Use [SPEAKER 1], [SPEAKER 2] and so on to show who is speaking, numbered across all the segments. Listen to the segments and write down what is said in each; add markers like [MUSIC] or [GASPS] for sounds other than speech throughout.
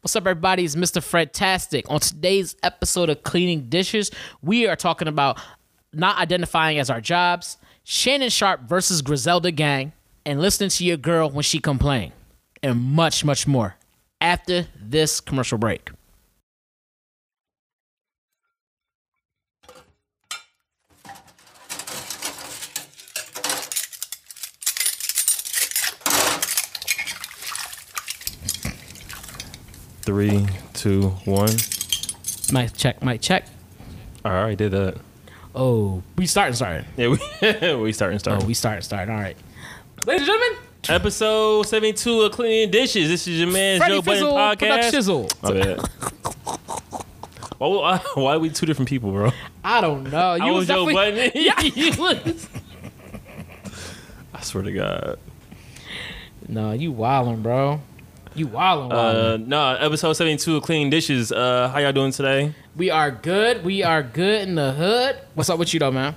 [SPEAKER 1] What's up, everybody? It's Mr. Fred Tastic. On today's episode of Cleaning Dishes, we are talking about not identifying as our jobs, Shannon Sharp versus Griselda Gang, and listening to your girl when she complained, and much, much more after this commercial break.
[SPEAKER 2] Three, two, one.
[SPEAKER 1] Mic check, mic check.
[SPEAKER 2] All right, did that.
[SPEAKER 1] Oh, we starting, starting.
[SPEAKER 2] Yeah, we, [LAUGHS] we starting, starting.
[SPEAKER 1] Oh, we starting, starting. All right. Ladies and gentlemen,
[SPEAKER 2] Episode 72 of Cleaning Dishes. This is your man,
[SPEAKER 1] Freddie
[SPEAKER 2] Joe Budden
[SPEAKER 1] Fizzle, Product
[SPEAKER 2] Podcast.
[SPEAKER 1] Shizzle.
[SPEAKER 2] My bad. why, why, [LAUGHS] why are we two different people, bro?
[SPEAKER 1] I don't know. You
[SPEAKER 2] I was Joe
[SPEAKER 1] definitely-
[SPEAKER 2] Budden.
[SPEAKER 1] [LAUGHS] Yeah, you was.
[SPEAKER 2] I swear to God.
[SPEAKER 1] No, you wildin', bro. You wildin', wildin'.
[SPEAKER 2] Uh, nah, episode 72 of Cleaning Dishes. Uh, how y'all doing today?
[SPEAKER 1] we are good. We are good in the hood. What's up with you though, man?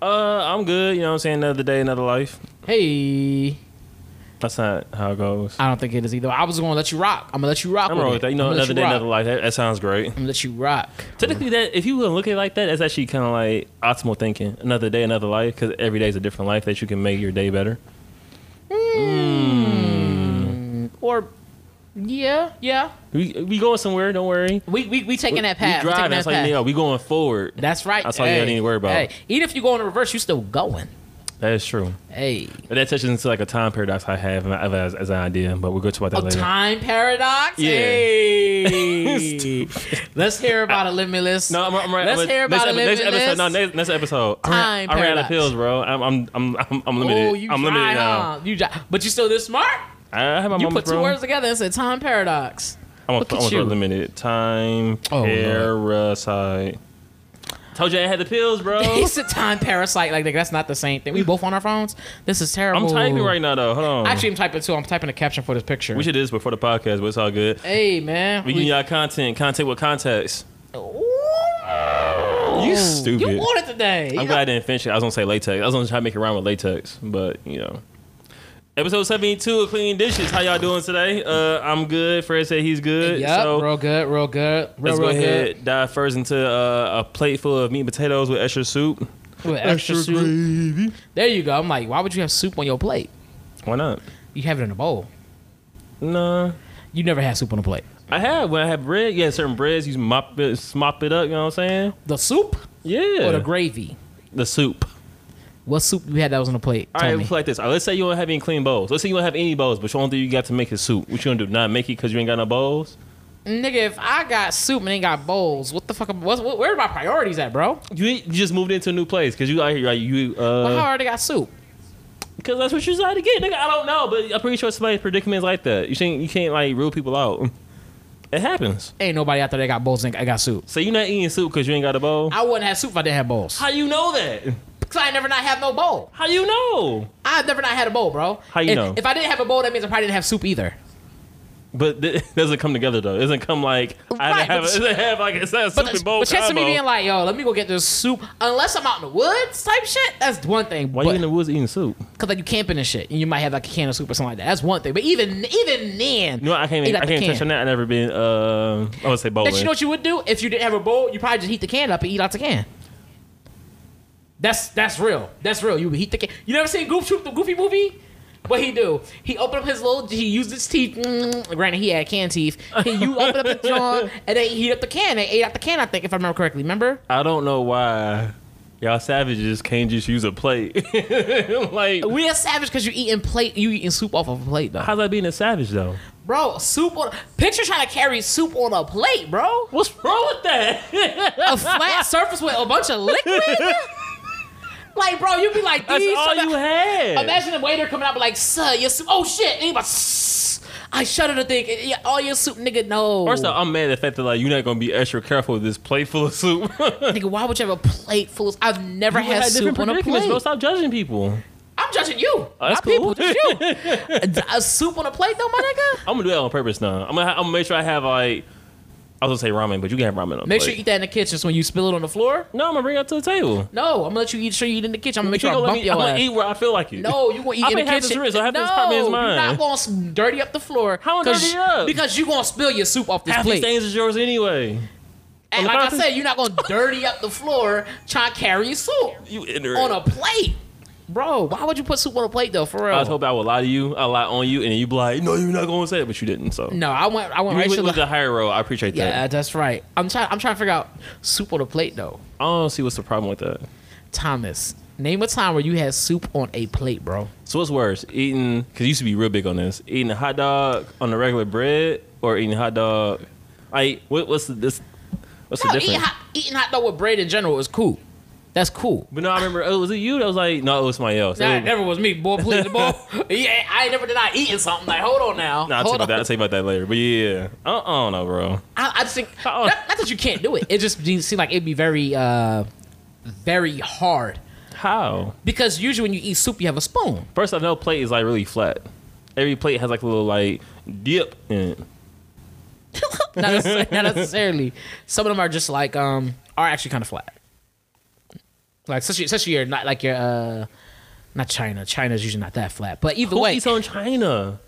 [SPEAKER 2] Uh, I'm good. You know what I'm saying? Another day, another life.
[SPEAKER 1] Hey,
[SPEAKER 2] That's not how it goes.
[SPEAKER 1] I don't think it is either. I was gonna let you rock. I'm gonna let you rock.
[SPEAKER 2] I'm wrong
[SPEAKER 1] it.
[SPEAKER 2] with that. You know,
[SPEAKER 1] I'ma let
[SPEAKER 2] another day,
[SPEAKER 1] rock.
[SPEAKER 2] another life. That, that sounds great.
[SPEAKER 1] I'm gonna let you rock.
[SPEAKER 2] Technically, that if you would look at it like that, that's actually kind of like optimal thinking. Another day, another life, because every day is a different life that you can make your day better.
[SPEAKER 1] Or, yeah, yeah.
[SPEAKER 2] We we going somewhere. Don't worry.
[SPEAKER 1] We we, we taking that path.
[SPEAKER 2] We
[SPEAKER 1] We taking
[SPEAKER 2] driving.
[SPEAKER 1] that
[SPEAKER 2] That's like
[SPEAKER 1] path.
[SPEAKER 2] yeah, we going forward.
[SPEAKER 1] That's right.
[SPEAKER 2] That's all you
[SPEAKER 1] Hey,
[SPEAKER 2] need to worry about.
[SPEAKER 1] Hey, even if you go in reverse, you still going.
[SPEAKER 2] that is true.
[SPEAKER 1] Hey,
[SPEAKER 2] But that touches into like a time paradox I have and I have as, as an idea, but we'll go to about that
[SPEAKER 1] a
[SPEAKER 2] later.
[SPEAKER 1] time paradox.
[SPEAKER 2] Oh, Yeah.
[SPEAKER 1] Hey,
[SPEAKER 2] [LAUGHS]
[SPEAKER 1] let's hear about a limitless.
[SPEAKER 2] No, I'm, I'm right.
[SPEAKER 1] Let's
[SPEAKER 2] I'm-
[SPEAKER 1] hear
[SPEAKER 2] next
[SPEAKER 1] about
[SPEAKER 2] epi- next
[SPEAKER 1] Limitless.
[SPEAKER 2] episode. No, next, next episode. I
[SPEAKER 1] Time
[SPEAKER 2] ran, I ran out of
[SPEAKER 1] paradox.
[SPEAKER 2] pills, bro. I'm I'm I'm I'm, I'm limited.
[SPEAKER 1] Oh, you
[SPEAKER 2] I'm
[SPEAKER 1] dry,
[SPEAKER 2] limited now.
[SPEAKER 1] huh? You dry. but you still this smart.
[SPEAKER 2] I have my
[SPEAKER 1] You
[SPEAKER 2] moments,
[SPEAKER 1] put two
[SPEAKER 2] bro.
[SPEAKER 1] words together and said time paradox.
[SPEAKER 2] I'm
[SPEAKER 1] Look
[SPEAKER 2] a,
[SPEAKER 1] at
[SPEAKER 2] I'm
[SPEAKER 1] you.
[SPEAKER 2] a limited time
[SPEAKER 1] Oh, Lord.
[SPEAKER 2] parasite. Told you I had the pills, bro.
[SPEAKER 1] [LAUGHS] It's a time parasite. Like, like, that's not the same thing. We both on our phones. This is terrible.
[SPEAKER 2] I'm typing right now, though. Hold on.
[SPEAKER 1] Oh. Actually, I'm typing too. I'm typing a caption for this picture.
[SPEAKER 2] we should do this before the podcast, but it's all good.
[SPEAKER 1] hey man,
[SPEAKER 2] We
[SPEAKER 1] we-
[SPEAKER 2] can y'all content, content with context.
[SPEAKER 1] Ooh.
[SPEAKER 2] You stupid.
[SPEAKER 1] You on it today.
[SPEAKER 2] I'm glad I didn't finish it. I was gonna say latex. I was gonna try to make it rhyme with latex, but you know. Episode 72 of Clean Dishes. How y'all doing today? Uh, I'm good. Fred said he's good.
[SPEAKER 1] Yep,
[SPEAKER 2] so
[SPEAKER 1] real good, real good, real,
[SPEAKER 2] let's
[SPEAKER 1] real
[SPEAKER 2] go
[SPEAKER 1] good.
[SPEAKER 2] ahead dive first into uh, a plate full of meat and potatoes with extra soup.
[SPEAKER 1] With extra soup. There you go. I'm like, why would you have soup on your plate?
[SPEAKER 2] Why not?
[SPEAKER 1] You have it in a bowl.
[SPEAKER 2] Nah.
[SPEAKER 1] You never had soup on a plate.
[SPEAKER 2] I have when I have bread. Yeah, certain breads you mop it, smop it up. You know what I'm saying?
[SPEAKER 1] The soup
[SPEAKER 2] Yeah,
[SPEAKER 1] or the gravy?
[SPEAKER 2] the soup.
[SPEAKER 1] What soup you had that was on the plate?
[SPEAKER 2] All
[SPEAKER 1] Tell
[SPEAKER 2] right,
[SPEAKER 1] me.
[SPEAKER 2] it's like this. All right, let's say you don't have any clean bowls. Let's say you don't have any bowls, but the only thing you got to make is soup. What you gonna do? Not make it because you ain't got no bowls?
[SPEAKER 1] Nigga, if I got soup and ain't got bowls, what the fuck? am- What's, what, where are my priorities at, bro?
[SPEAKER 2] You, ain't- you just moved into a new place because you out here like you
[SPEAKER 1] Well, how I
[SPEAKER 2] because
[SPEAKER 1] already got soup.
[SPEAKER 2] that's what you decided to get, nigga. I don't know, but I'm pretty sure somebody's predicaments like that. You can't you can't like rule people out. It happens.
[SPEAKER 1] Ain't nobody out there that got bowls and I got soup.
[SPEAKER 2] So you're not eating soup because you ain't got a bowl.
[SPEAKER 1] I wouldn't have soup if I didn't have bowls.
[SPEAKER 2] How you know that?
[SPEAKER 1] Because I never not have no bowl.
[SPEAKER 2] How you know?
[SPEAKER 1] I've never not had a bowl, bro.
[SPEAKER 2] How you
[SPEAKER 1] if,
[SPEAKER 2] know?
[SPEAKER 1] If I didn't have a bowl, that means I probably didn't have soup either.
[SPEAKER 2] But [LAUGHS] th- it doesn't come together though. It doesn't come like [LAUGHS] I
[SPEAKER 1] Right,
[SPEAKER 2] have.
[SPEAKER 1] but-
[SPEAKER 2] It doesn't have like it's not a
[SPEAKER 1] But,
[SPEAKER 2] soup and bowl
[SPEAKER 1] but chance of me
[SPEAKER 2] combo.
[SPEAKER 1] being like, yo, let me go get this soup. Unless I'm out in the woods type shit, that's one thing.
[SPEAKER 2] Why
[SPEAKER 1] but,
[SPEAKER 2] you in the woods eating soup?
[SPEAKER 1] Cause like you camping and shit, and you might have like a can of soup or something like that. That's one thing. But even even then,
[SPEAKER 2] No, I can't.
[SPEAKER 1] eat
[SPEAKER 2] Even,
[SPEAKER 1] out
[SPEAKER 2] I
[SPEAKER 1] the
[SPEAKER 2] can't touch
[SPEAKER 1] can.
[SPEAKER 2] on that. I never been. Uh, I would say bowling.
[SPEAKER 1] But you know what you would do if you didn't have a bowl? You probably just heat the can up and eat out the can. That's that's real. That's real. You would heat the can. You never seen Goof Troop the Goofy movie? What he do? He opened up his little. He used his teeth. Mm, granted, he had can teeth. He you
[SPEAKER 2] [LAUGHS]
[SPEAKER 1] open up the jaw and then he heat up the can. They ate out the can. I think if I remember correctly. Remember?
[SPEAKER 2] I don't know why y'all savages can't just use a plate. [LAUGHS] like,
[SPEAKER 1] We are savage because you eating plate. You eating soup off of a plate though,
[SPEAKER 2] how's that being a savage though?
[SPEAKER 1] bro. Soup on. Picture trying to carry soup on a plate, bro.
[SPEAKER 2] What's wrong with that? [LAUGHS]
[SPEAKER 1] A flat surface with a bunch of liquid. Like, bro, you be like,
[SPEAKER 2] That's
[SPEAKER 1] these
[SPEAKER 2] all
[SPEAKER 1] are the-
[SPEAKER 2] you had.
[SPEAKER 1] Imagine the waiter coming up like, sir, your soup. Oh shit! And he like, "Sss." I shudder to think eh, yeah, all your soup, nigga. No,
[SPEAKER 2] First off, I'm mad at the fact that like you're not gonna be extra careful with this plate full of soup. [LAUGHS]
[SPEAKER 1] nigga, why would you have a plate full? of I've never
[SPEAKER 2] You
[SPEAKER 1] had
[SPEAKER 2] had different
[SPEAKER 1] soup on a
[SPEAKER 2] predicaments,
[SPEAKER 1] plate.
[SPEAKER 2] Bro, stop judging people.
[SPEAKER 1] I'm judging you.
[SPEAKER 2] Oh, that's
[SPEAKER 1] My people
[SPEAKER 2] cool.
[SPEAKER 1] judge
[SPEAKER 2] [LAUGHS]
[SPEAKER 1] you. a, a soup on a plate, though, my nigga.
[SPEAKER 2] I'm gonna do that on purpose now. I'm gonna, ha- I'm gonna make sure I have like I was gonna say ramen, but you can have ramen on.
[SPEAKER 1] Make
[SPEAKER 2] plate.
[SPEAKER 1] sure you eat that in the kitchen. So when you spill it on the floor,
[SPEAKER 2] No, I'm gonna bring it up to the table.
[SPEAKER 1] no, I'm gonna let you eat. Sure, you eat in the kitchen. I'm gonna make sure
[SPEAKER 2] You
[SPEAKER 1] I
[SPEAKER 2] gonna let
[SPEAKER 1] bump
[SPEAKER 2] me-
[SPEAKER 1] your
[SPEAKER 2] I'm gonna
[SPEAKER 1] ass.
[SPEAKER 2] eat where I feel like it.
[SPEAKER 1] No, you gonna eat
[SPEAKER 2] I've
[SPEAKER 1] in the
[SPEAKER 2] been having
[SPEAKER 1] kitchen.
[SPEAKER 2] this wrist, so half
[SPEAKER 1] no,
[SPEAKER 2] this apartment is
[SPEAKER 1] you're
[SPEAKER 2] mine.
[SPEAKER 1] not gonna s- dirty up the floor.
[SPEAKER 2] How I'm dirty
[SPEAKER 1] 'cause-
[SPEAKER 2] it up?
[SPEAKER 1] Because you gonna spill your soup off this
[SPEAKER 2] half
[SPEAKER 1] plate.
[SPEAKER 2] these things is yours anyway.
[SPEAKER 1] And
[SPEAKER 2] on the
[SPEAKER 1] like I
[SPEAKER 2] counter?
[SPEAKER 1] said, you're not gonna dirty up the floor trying to carry your soup
[SPEAKER 2] You ignorant.
[SPEAKER 1] on a plate, bro. Why would you put soup on a plate though? For real.
[SPEAKER 2] I was hoping I would lie to you, I lie on you, and you be like, "No, you're not gonna say it," but you didn't. So
[SPEAKER 1] no, I went. I went
[SPEAKER 2] you
[SPEAKER 1] right
[SPEAKER 2] went
[SPEAKER 1] to
[SPEAKER 2] with
[SPEAKER 1] the.
[SPEAKER 2] the higher road. I appreciate
[SPEAKER 1] Yeah,
[SPEAKER 2] that.
[SPEAKER 1] that's right. I'm trying. I'm trying to figure out soup on a plate though.
[SPEAKER 2] I don't see what's the problem with that.
[SPEAKER 1] Thomas, name a time where you had soup on a plate, bro.
[SPEAKER 2] So what's worse, eating? Because you used to be real big on this. Eating a hot dog on the regular bread or eating hot dog? I what, what's the, this? What's
[SPEAKER 1] No,
[SPEAKER 2] the
[SPEAKER 1] eating
[SPEAKER 2] difference?
[SPEAKER 1] hot, eating hot dog with bread in general is cool. That's cool.
[SPEAKER 2] but no, I remember. Oh, was it you that was like? No, it was somebody else.
[SPEAKER 1] Nah,
[SPEAKER 2] It
[SPEAKER 1] it
[SPEAKER 2] was-
[SPEAKER 1] never was me, boy. Please,
[SPEAKER 2] [LAUGHS]
[SPEAKER 1] boy. Yeah, I ain't never denied eating something. Like, hold on now.
[SPEAKER 2] Nah, I'll tell you
[SPEAKER 1] hold
[SPEAKER 2] about
[SPEAKER 1] on.
[SPEAKER 2] that. I'll tell you about that later. But yeah, I, I don't know, bro.
[SPEAKER 1] I, I just think
[SPEAKER 2] Oh.
[SPEAKER 1] not, not that you can't do it. It just seems like it'd be very, uh, very hard
[SPEAKER 2] How?
[SPEAKER 1] because usually when you eat soup, you have a spoon.
[SPEAKER 2] First, I know plate is like really flat. Every plate has like a little like dip in it. [LAUGHS]
[SPEAKER 1] Not, necessarily, not necessarily. Some of them are just like um are actually kind of flat. Like especially, especially your not like your uh not China. China's usually not that flat. But either
[SPEAKER 2] Who
[SPEAKER 1] way,
[SPEAKER 2] eats on China?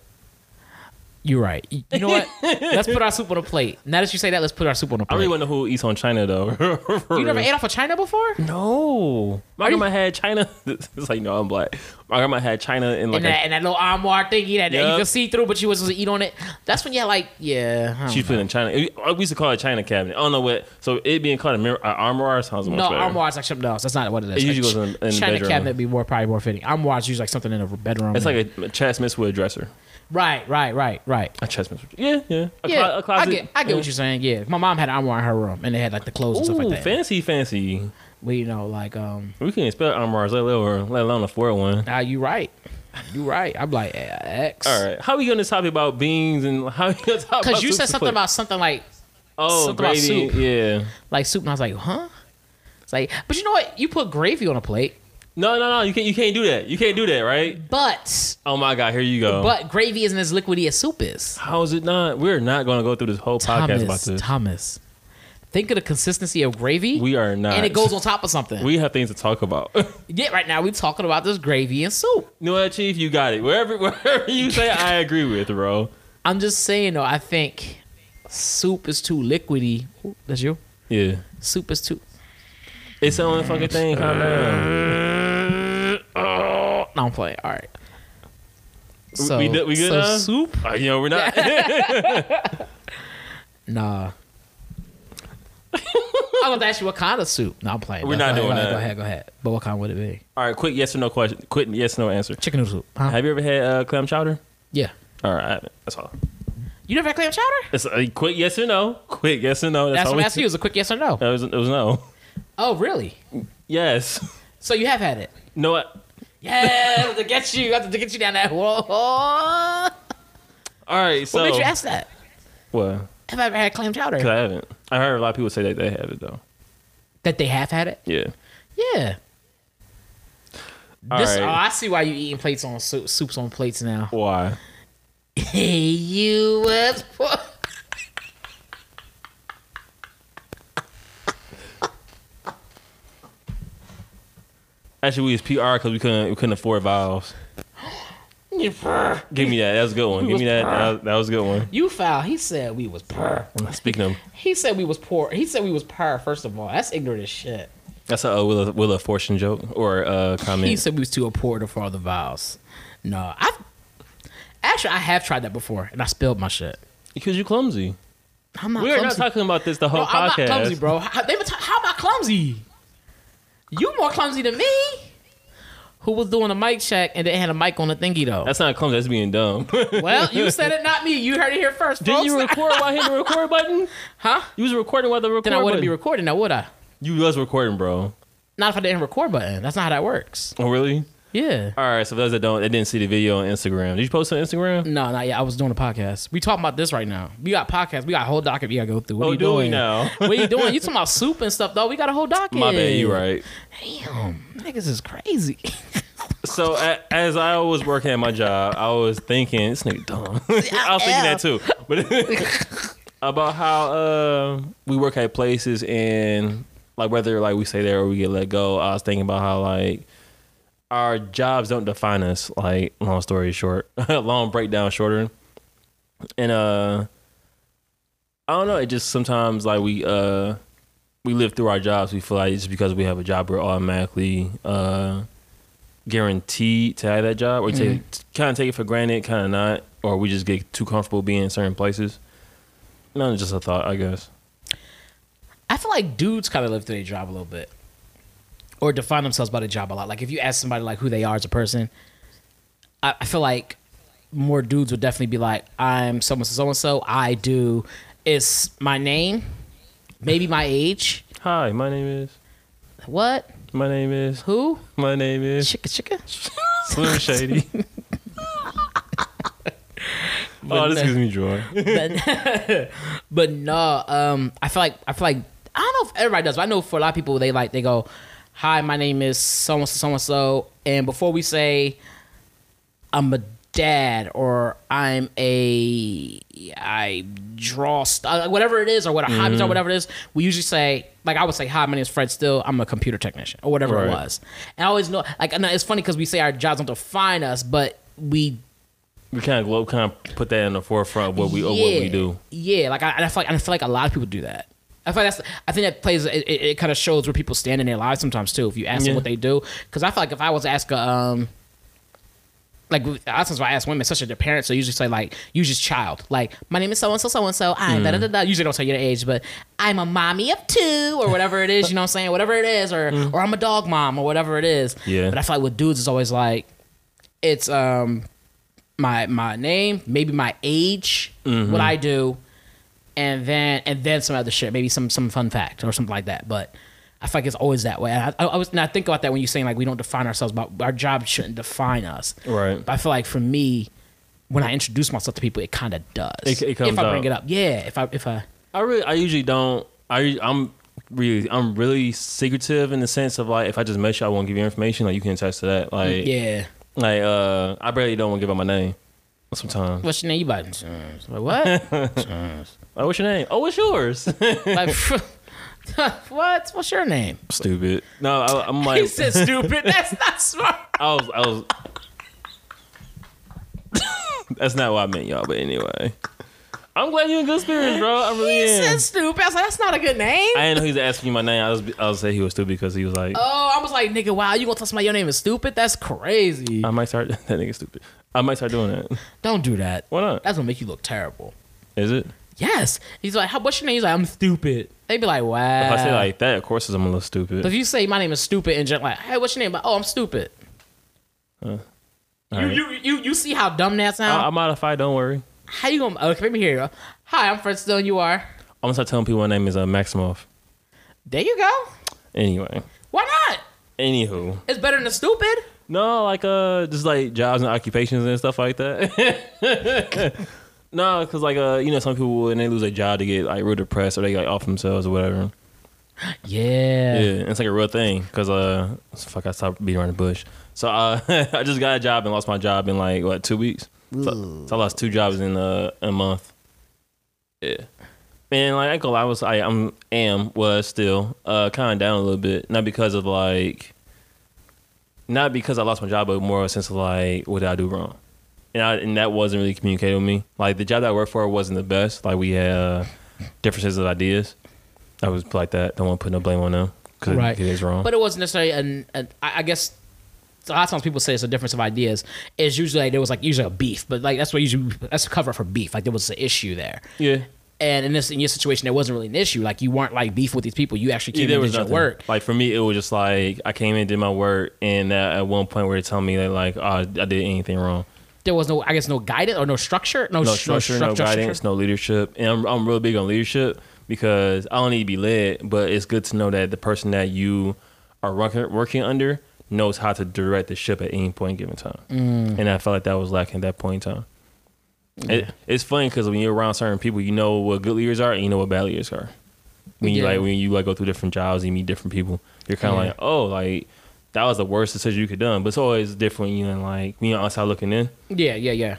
[SPEAKER 1] you're right. You know
[SPEAKER 2] [LAUGHS]
[SPEAKER 1] what? let's put our soup on a plate. Now that you say that, let's put our soup on a
[SPEAKER 2] I
[SPEAKER 1] plate.
[SPEAKER 2] really want to know who eats on China though. [LAUGHS]
[SPEAKER 1] you never ate off of China before?
[SPEAKER 2] No, my
[SPEAKER 1] Are you-
[SPEAKER 2] grandma had China. [LAUGHS] It's like no, I'm black. My grandma had China in like
[SPEAKER 1] and,
[SPEAKER 2] a
[SPEAKER 1] that, and that little armoire thingy that, that you
[SPEAKER 2] Yup.
[SPEAKER 1] can see through, but you was supposed to eat on it. That's when you're like, yeah. I don't
[SPEAKER 2] She put it in China. It- We used to call it China cabinet. I don't know what. So it being called a mirror, an armoire sounds much
[SPEAKER 1] know. no,
[SPEAKER 2] better.
[SPEAKER 1] armoire is like something else. That's not what it is.
[SPEAKER 2] It usually
[SPEAKER 1] Like,
[SPEAKER 2] goes in- in the
[SPEAKER 1] China
[SPEAKER 2] bedroom.
[SPEAKER 1] cabinet be more probably more fitting. Armoire is usually like something in a bedroom.
[SPEAKER 2] It's like a, a chest mixed with a dresser.
[SPEAKER 1] right, right, right, right.
[SPEAKER 2] A chest mixed. With, yeah, yeah. A,
[SPEAKER 1] Yeah,
[SPEAKER 2] clo- a closet.
[SPEAKER 1] I get, I get what you're saying. Yeah, my mom had an armoire in her room, and they had like the clothes and stuff
[SPEAKER 2] Ooh,
[SPEAKER 1] like that.
[SPEAKER 2] fancy, fancy.
[SPEAKER 1] Well, you know, like um,
[SPEAKER 2] We can't spell armoires, let alone, let alone a four oh one.
[SPEAKER 1] now you right, you right. I'm like eh, X.
[SPEAKER 2] All right. How we going to talk about beans and [LAUGHS] how we going to talk about?
[SPEAKER 1] Because you
[SPEAKER 2] soup
[SPEAKER 1] said
[SPEAKER 2] to
[SPEAKER 1] something
[SPEAKER 2] plate?
[SPEAKER 1] about something like
[SPEAKER 2] oh
[SPEAKER 1] something about
[SPEAKER 2] gravy,
[SPEAKER 1] soup.
[SPEAKER 2] Yeah.
[SPEAKER 1] like soup, and I was like, huh? It's like, but you know what? You put gravy on a plate,
[SPEAKER 2] No, no, no. You can't. You can't do that. You can't do that, right?
[SPEAKER 1] but
[SPEAKER 2] Oh my God. Here you go.
[SPEAKER 1] but gravy isn't as liquidy as soup is.
[SPEAKER 2] how is it not? We're not going to go through this whole podcast about
[SPEAKER 1] Thomas,
[SPEAKER 2] this.
[SPEAKER 1] Thomas, think of the consistency of gravy.
[SPEAKER 2] We are not.
[SPEAKER 1] and it
[SPEAKER 2] [LAUGHS]
[SPEAKER 1] goes on top of something.
[SPEAKER 2] We have things to talk about. [LAUGHS]
[SPEAKER 1] yeah, right now we're talking about this gravy and soup.
[SPEAKER 2] You know what, Chief? You got it. Wherever, [LAUGHS] wherever you say, I agree with, bro.
[SPEAKER 1] I'm just saying though, I think soup is too liquidy. Ooh, that's you.
[SPEAKER 2] Yeah.
[SPEAKER 1] Soup is too.
[SPEAKER 2] It's the only fucking thing. Calm down.
[SPEAKER 1] No, I'm playing. All right.
[SPEAKER 2] We-
[SPEAKER 1] So
[SPEAKER 2] we good- we good
[SPEAKER 1] so
[SPEAKER 2] now?
[SPEAKER 1] soup?
[SPEAKER 2] Uh, you know, we're not. [LAUGHS]
[SPEAKER 1] Nah. I was gonna ask you what kind of soup. No, I'm playing.
[SPEAKER 2] We're
[SPEAKER 1] Go
[SPEAKER 2] not
[SPEAKER 1] ahead,
[SPEAKER 2] doing
[SPEAKER 1] go ahead,
[SPEAKER 2] that.
[SPEAKER 1] Go ahead, go ahead. But what kind would it be?
[SPEAKER 2] All right, quick yes or no question. Quick yes or no answer.
[SPEAKER 1] Chicken noodle soup. Huh?
[SPEAKER 2] Have you ever had uh, clam chowder?
[SPEAKER 1] yeah.
[SPEAKER 2] All right, I haven't. That's all.
[SPEAKER 1] You never had clam chowder?
[SPEAKER 2] It's a quick yes or no. Quick yes or no. That's,
[SPEAKER 1] That's
[SPEAKER 2] all
[SPEAKER 1] what
[SPEAKER 2] we-
[SPEAKER 1] I'm asking you. Is a quick yes or no?
[SPEAKER 2] [LAUGHS] That was, it was no. [LAUGHS]
[SPEAKER 1] Oh, really?
[SPEAKER 2] Yes. [LAUGHS]
[SPEAKER 1] So you have had it?
[SPEAKER 2] No, I,
[SPEAKER 1] Yeah, [LAUGHS] to get you, to get you down that wall. What
[SPEAKER 2] all right, so.
[SPEAKER 1] made you ask that?
[SPEAKER 2] What?
[SPEAKER 1] Have I ever had clam chowder?
[SPEAKER 2] Because I haven't. I heard a lot of people say that they have it, though.
[SPEAKER 1] that they have had it?
[SPEAKER 2] Yeah.
[SPEAKER 1] Yeah.
[SPEAKER 2] All
[SPEAKER 1] This,
[SPEAKER 2] right.
[SPEAKER 1] oh, I see why you eating plates on soup, soups on plates now. [LAUGHS]
[SPEAKER 2] Why?
[SPEAKER 1] Hey, you was poor.
[SPEAKER 2] Actually, we was PR because we couldn't, we couldn't afford vowels.
[SPEAKER 1] You poor.
[SPEAKER 2] Give me that. That was a good one. Give me
[SPEAKER 1] [LAUGHS]
[SPEAKER 2] that. That was, that was a good one.
[SPEAKER 1] You foul. He said we was poor.
[SPEAKER 2] Speaking of
[SPEAKER 1] He said we was poor. He said we was poor. First of all, that's ignorant as shit.
[SPEAKER 2] That's a uh, Will of, Will of Fortune joke or uh,
[SPEAKER 1] He
[SPEAKER 2] comment.
[SPEAKER 1] said we was too poor to follow the vows. No, I actually I have tried that before, and I spilled my shit.
[SPEAKER 2] Because you clumsy.
[SPEAKER 1] I'm not
[SPEAKER 2] We're
[SPEAKER 1] clumsy.
[SPEAKER 2] not talking about this the whole
[SPEAKER 1] Bro, I'm
[SPEAKER 2] podcast.
[SPEAKER 1] not clumsy, bro. How, they were ta- how am I clumsy? You more clumsy than me. Who was doing a mic check and they had a mic on the thingy though?
[SPEAKER 2] That's not clumsy. That's
[SPEAKER 1] [LAUGHS]
[SPEAKER 2] being dumb. [LAUGHS]
[SPEAKER 1] well, you said it, not me. You heard it here first,
[SPEAKER 2] Didn't
[SPEAKER 1] folks.
[SPEAKER 2] you record while hitting the record button?
[SPEAKER 1] huh?
[SPEAKER 2] You was recording while the record
[SPEAKER 1] Then I wouldn't
[SPEAKER 2] button.
[SPEAKER 1] be recording now, would I?
[SPEAKER 2] you was recording, bro.
[SPEAKER 1] Not if I didn't record button. That's not how that works.
[SPEAKER 2] Oh, really?
[SPEAKER 1] Yeah.
[SPEAKER 2] All right. So for those that don't, that didn't see the video on Instagram. Did you post it on Instagram?
[SPEAKER 1] No, not yet. I was doing a podcast. We talking about this right now. We got podcasts. We got a whole docket we gotta go through. What
[SPEAKER 2] Oh,
[SPEAKER 1] are you
[SPEAKER 2] do we
[SPEAKER 1] doing
[SPEAKER 2] now?
[SPEAKER 1] what you doing? You
[SPEAKER 2] [LAUGHS]
[SPEAKER 1] talking about soup and stuff though? We got a whole docket.
[SPEAKER 2] My bad. You right.
[SPEAKER 1] Damn, niggas is crazy. [LAUGHS]
[SPEAKER 2] So a as I was [LAUGHS] working at my job, I was thinking this nigga dumb. I was thinking that too. But [LAUGHS] about how uh, we work at places and like whether like we stay there or we get let go. I was thinking about how like our jobs don't define us. Like long story short, [LAUGHS] long breakdown shorter, and uh, I don't know. It just sometimes like we uh we live through our jobs. We feel like just because we have a job, we're automatically uh guaranteed to have that job, or you take kind of take it for granted, kind of not, or we just get too comfortable being in certain places. No, it's just a thought, I guess.
[SPEAKER 1] I feel like dudes kind of live through their job a little bit, or define themselves by the job a lot. Like if you ask somebody like who they are as a person, I, I feel like more dudes would definitely be like, "I'm so and so and so. I do. It's my name, maybe my age.
[SPEAKER 2] Hi, my name is.
[SPEAKER 1] What?
[SPEAKER 2] My name is.
[SPEAKER 1] Who?
[SPEAKER 2] My
[SPEAKER 1] [LAUGHS]
[SPEAKER 2] name is.
[SPEAKER 1] Chicka chicka."
[SPEAKER 2] Slim Shady. oh, this gives me joy.
[SPEAKER 1] but, but no, um, I feel like I feel like I don't know if everybody does, but I know for a lot of people they like they go, "Hi, my name is so and so and so," and before we say, "I'm a dad" or "I'm a I draw st- uh, whatever it is" or what our hobbies are, whatever it is, we usually say like I would say, "Hi, my name is Fred Still. I'm a computer technician" or whatever
[SPEAKER 2] Right.
[SPEAKER 1] it was. And I always know like and it's funny because we say our jobs don't define us, but we
[SPEAKER 2] We kind of we kind of put that in the forefront of what we of what we
[SPEAKER 1] yeah.
[SPEAKER 2] do.
[SPEAKER 1] Yeah, like I, and I feel like and I feel like a lot of people do that. I feel like that's I think that plays it, it, kind of shows where people stand in their lives sometimes too. If you ask
[SPEAKER 2] Yeah.
[SPEAKER 1] them what they do, because I feel like if I was to ask a um. Like I sometimes I ask women, especially their parents, they usually say like, "You just child." Like, my name is so and so, so and so. I
[SPEAKER 2] Mm.
[SPEAKER 1] da da da da. Usually don't tell you the age, but I'm a mommy of two or whatever it is. You know what I'm saying? Whatever it is, or or I'm a dog mom or whatever it is.
[SPEAKER 2] Mm. Yeah.
[SPEAKER 1] But I feel like with dudes, it's always like, it's um my my name, maybe my age,
[SPEAKER 2] Mm-hmm.
[SPEAKER 1] what I do, and then and then some other shit, maybe some some fun fact or something like that. But I feel like it's always that way. And I, I, I was and I think about that when you're saying like we don't define ourselves, but our job shouldn't define us.
[SPEAKER 2] Right.
[SPEAKER 1] But I feel like for me, when I introduce myself to people, it kind of does.
[SPEAKER 2] It- it comes
[SPEAKER 1] if I bring
[SPEAKER 2] out.
[SPEAKER 1] it up, yeah. If I if I
[SPEAKER 2] I really, I usually don't. I, I'm really, I'm really secretive in the sense of like, if I just met you, I won't give you information. Like you can attest to that. Like,
[SPEAKER 1] yeah.
[SPEAKER 2] like uh, I barely don't want to give out my name. Sometimes,
[SPEAKER 1] What's your name? You about like what?
[SPEAKER 2] like, what's your name? Oh, what's yours? [LAUGHS]
[SPEAKER 1] like [LAUGHS] what? What's your name?
[SPEAKER 2] Stupid. No, I, I'm like,
[SPEAKER 1] He said stupid. That's not
[SPEAKER 2] [LAUGHS]
[SPEAKER 1] smart.
[SPEAKER 2] I was, I was. That's not what I meant, y'all. But anyway, I'm glad you're in good spirits, bro. I really
[SPEAKER 1] He
[SPEAKER 2] am.
[SPEAKER 1] said stupid. I was like, that's not a good name.
[SPEAKER 2] I didn't know he was asking you my name. I was, I was say he was stupid because he was like,
[SPEAKER 1] oh, I was like, nigga, wow, you gonna tell somebody your name is stupid? That's crazy.
[SPEAKER 2] I might start. [LAUGHS] that nigga stupid. I might start doing that.
[SPEAKER 1] Don't do that.
[SPEAKER 2] Why not?
[SPEAKER 1] That's gonna make you look terrible.
[SPEAKER 2] Is it?
[SPEAKER 1] Yes. He's like, how, what's your name? He's like, I'm stupid. They'd be like, wow.
[SPEAKER 2] If I say it like that, of course I'm a little stupid.
[SPEAKER 1] But if you say my name is stupid and just like, hey, what's your name? Like, oh, I'm stupid.
[SPEAKER 2] All
[SPEAKER 1] You,
[SPEAKER 2] Uh, right. Uh,
[SPEAKER 1] you you you see how dumb that sounds?
[SPEAKER 2] I, I modify. Don't worry.
[SPEAKER 1] how you gonna? Okay, let me hear you. Hi, I'm Fred Still. and You are.
[SPEAKER 2] I'm gonna start telling people my name is uh, Maximoff.
[SPEAKER 1] There you go.
[SPEAKER 2] Anyway,
[SPEAKER 1] Why not?
[SPEAKER 2] anywho,
[SPEAKER 1] It's better than stupid.
[SPEAKER 2] no, like uh, just like jobs and occupations and stuff like that. [LAUGHS] no, because like uh, you know, some people when they lose their job, they get like real depressed or they like off themselves or whatever.
[SPEAKER 1] Yeah.
[SPEAKER 2] Yeah, it's like a real thing because uh, fuck, I stopped beating around the bush. So uh, [LAUGHS] I just got a job and lost my job in like what two weeks. So, so I lost two jobs in uh, a month. Yeah, man, like I go, I was, I am, am, was still uh, kind of down a little bit, not because of like, not because I lost my job, but more a sense of like, what did I do wrong? And I, and that wasn't really communicated with me. Like the job that I worked for wasn't the best. Like we had uh, differences of ideas. I was like that. Don't want to put no blame on them because
[SPEAKER 1] Right.
[SPEAKER 2] it is wrong.
[SPEAKER 1] But it wasn't necessarily an, an I I guess a lot of times people say it's a difference of ideas. It's usually like, there was like usually a beef, but like that's what usually that's a cover for beef. Like there was an issue there.
[SPEAKER 2] yeah,
[SPEAKER 1] And in this in your situation there wasn't really an issue. Like you weren't like beef with these people. You actually
[SPEAKER 2] Yeah,
[SPEAKER 1] came
[SPEAKER 2] there
[SPEAKER 1] in
[SPEAKER 2] was
[SPEAKER 1] and did your
[SPEAKER 2] nothing.
[SPEAKER 1] work.
[SPEAKER 2] Like for me, it was just like I came in, did my work, and uh, at one point where they tell me that like oh, I did anything wrong.
[SPEAKER 1] There was no I guess no guidance or no structure. No,
[SPEAKER 2] No
[SPEAKER 1] sh-
[SPEAKER 2] structure, no guidance, no leadership, and I'm I'm real big on leadership because I don't need to be led, but it's good to know that the person that you are working working under knows how to direct the ship at any point in given time, and I felt like that was lacking at that point in time. It, it's funny because when you're around certain people, you know what good leaders are and you know what bad leaders are. When you
[SPEAKER 1] Yeah.
[SPEAKER 2] like when you like go through different jobs, you meet different people. You're kind of
[SPEAKER 1] Yeah.
[SPEAKER 2] like, oh, like that was the worst decision you could done. But it's always different, you know, like you know outside looking in.
[SPEAKER 1] Yeah, yeah, yeah.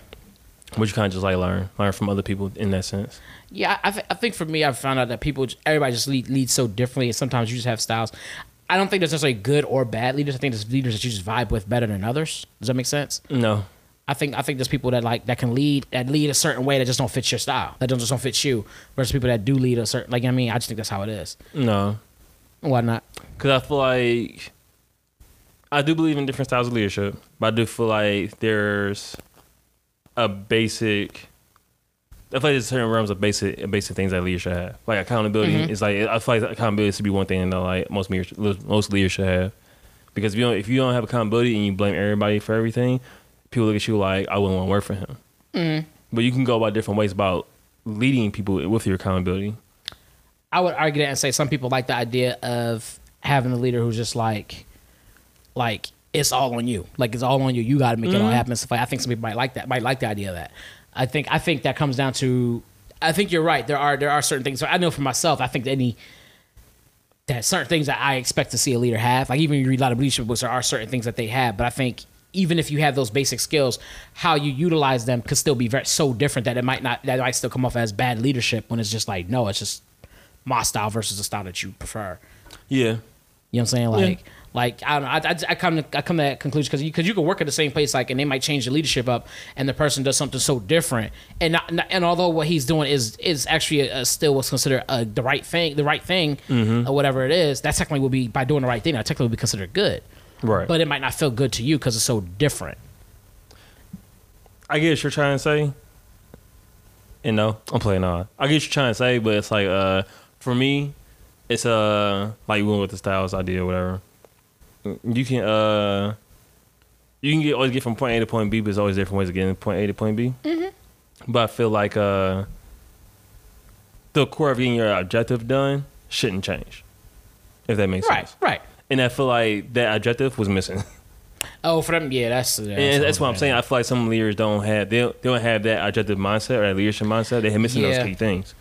[SPEAKER 2] Which you kind of just like learn, learn from other people in that sense.
[SPEAKER 1] Yeah, I, th- I think for me, I found out that people, everybody just lead, leads so differently, and sometimes you just have styles. I don't think there's necessarily good or bad leaders. I think there's leaders that you just vibe with better than others. Does that make sense?
[SPEAKER 2] No,
[SPEAKER 1] I think I think there's people that like that can lead that lead a certain way that just don't fit your style, that don't just don't fit you, versus people that do lead a certain like I mean, I just think that's how it is.
[SPEAKER 2] no,
[SPEAKER 1] Why not?
[SPEAKER 2] because I feel like I do believe in different styles of leadership, but I do feel like there's a basic. I feel like there's certain realms of basic basic things that leaders should have. Like accountability is like I feel like accountability should be one thing that like most leaders most leaders should have. Because if you don't if you don't have accountability and you blame everybody for everything, people look at you like I wouldn't want to work for him. But you can go about different ways about leading people with your accountability.
[SPEAKER 1] I would argue that and say some people like the idea of having a leader who's just like, like it's all on you. Like it's all on you. You got to make it all happen. So like, I think some people might like that. Might like the idea of that. I think I think that comes down to. I think you're right. There are there are certain things. So I know for myself. I think that any that certain things that I expect to see a leader have. Like even you read a lot of leadership books, there are certain things that they have. But I think even if you have those basic skills, how you utilize them could still be very, so different that it might not that might still come off as bad leadership when it's just like no, it's just my style versus the style that you prefer.
[SPEAKER 2] Yeah.
[SPEAKER 1] You know what I'm saying? Like, like I don't know. I, I, I come to I come to that conclusion because because you, can work at the same place, like, and they might change the leadership up, and the person does something so different, and not, not- and although what he's doing is is actually uh still what's considered uh the right thing, the right thing,
[SPEAKER 2] Mm-hmm.
[SPEAKER 1] or whatever it is, that technically will be by doing the right thing, that technically would be considered good,
[SPEAKER 2] Right.
[SPEAKER 1] but it might not feel good to you because it's so different.
[SPEAKER 2] I get what you're trying to say. And no, I'm playing on. I get what you're trying to say, but it's like uh for me, it's uh like we went with the styles idea or whatever. You can uh you can get always get from point A to point B, but there's always different ways of getting from point A to point B. Mm-hmm. But I feel like uh the core of getting your objective done shouldn't change. If that makes
[SPEAKER 1] Right,
[SPEAKER 2] sense.
[SPEAKER 1] right.
[SPEAKER 2] And I feel like that objective was missing. [LAUGHS]
[SPEAKER 1] Oh, for them, yeah, that's yeah,
[SPEAKER 2] And that's
[SPEAKER 1] something
[SPEAKER 2] what I'm
[SPEAKER 1] bad.
[SPEAKER 2] saying. I feel like some leaders don't have they don't, they don't have that objective mindset or that leadership mindset. They're missing
[SPEAKER 1] Yeah.
[SPEAKER 2] those key things.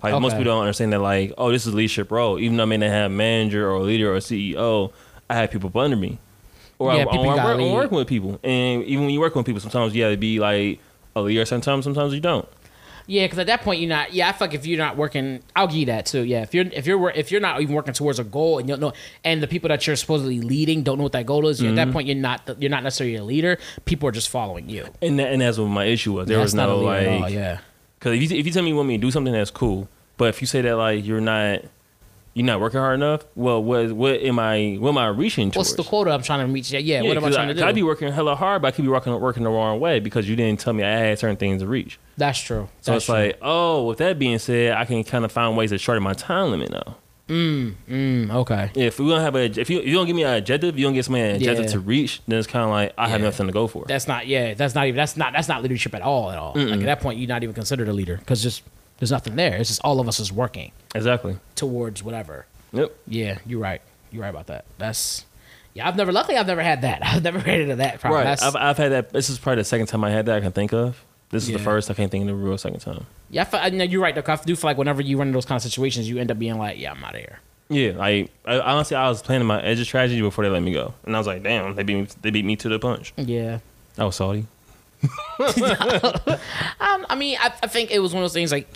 [SPEAKER 2] Like most
[SPEAKER 1] Okay.
[SPEAKER 2] people don't understand that. Like, oh, this is a leadership role. Even though I may not have a manager or a leader or a CEO, I have people up under me, or
[SPEAKER 1] Yeah,
[SPEAKER 2] I,
[SPEAKER 1] people
[SPEAKER 2] or
[SPEAKER 1] gotta
[SPEAKER 2] I'm, work, I'm
[SPEAKER 1] lead.
[SPEAKER 2] working with people. And even when you work with people, sometimes you have to be like a leader. Sometimes, sometimes you don't.
[SPEAKER 1] Yeah, because at that point you're not. Yeah, I feel like if you're not working, I'll give you that too. Yeah, if you're if you're wor- if you're not even working towards a goal and you don't know, and the people that you're supposedly leading don't know what that goal is, at
[SPEAKER 2] Mm-hmm.
[SPEAKER 1] that point you're not the, you're not necessarily a leader. People are just following you.
[SPEAKER 2] And that, and that's what my issue was. There
[SPEAKER 1] That's
[SPEAKER 2] was no
[SPEAKER 1] not a leader
[SPEAKER 2] like,
[SPEAKER 1] at all, yeah.
[SPEAKER 2] Because if you if you tell me you want me to do something, that's cool. But if you say that like you're not you're not working hard enough, well, what what am I what am I reaching towards?
[SPEAKER 1] What's the quota I'm trying to reach? Yeah, yeah. what am I
[SPEAKER 2] 'cause
[SPEAKER 1] trying to do?
[SPEAKER 2] I'd be working hella hard, but I could be working working the wrong way because you didn't tell me I had certain things to reach.
[SPEAKER 1] That's true.
[SPEAKER 2] So
[SPEAKER 1] That's
[SPEAKER 2] it's
[SPEAKER 1] true.
[SPEAKER 2] like, oh, with that being said, I can kind of find ways to shorten my time limit now.
[SPEAKER 1] Mm, okay.
[SPEAKER 2] If we don't have a, if you, if you don't give me an objective, you don't get somebody an objective
[SPEAKER 1] Yeah.
[SPEAKER 2] to reach, then it's kind of like I have
[SPEAKER 1] Yeah.
[SPEAKER 2] nothing to go for.
[SPEAKER 1] That's not. Yeah, that's not even. That's not. That's not leadership at all. At all. Like at that point you're not even considered a leader because just there's nothing there. It's just all of us is working
[SPEAKER 2] exactly.
[SPEAKER 1] towards whatever.
[SPEAKER 2] Yep.
[SPEAKER 1] Yeah, you're right. You're right about that. That's yeah. I've never. Luckily, I've never had that. [LAUGHS] I've never had into that problem.
[SPEAKER 2] Right.
[SPEAKER 1] That's-
[SPEAKER 2] I've, I've had that. This is probably the second time I had that I can think of. This is
[SPEAKER 1] Yeah.
[SPEAKER 2] the first I can't think of the real second time.
[SPEAKER 1] yeah, I feel, I know you're right. Though, 'cause I do feel like whenever you run into those kind of situations, you end up being like, "Yeah, I'm out of here."
[SPEAKER 2] Yeah, like I, honestly, I was planning my exit strategy before they let me go, and I was like, "Damn, they beat me, they beat me to the punch."
[SPEAKER 1] Yeah.
[SPEAKER 2] I was salty.
[SPEAKER 1] Um. I mean, I, I think it was one of those things like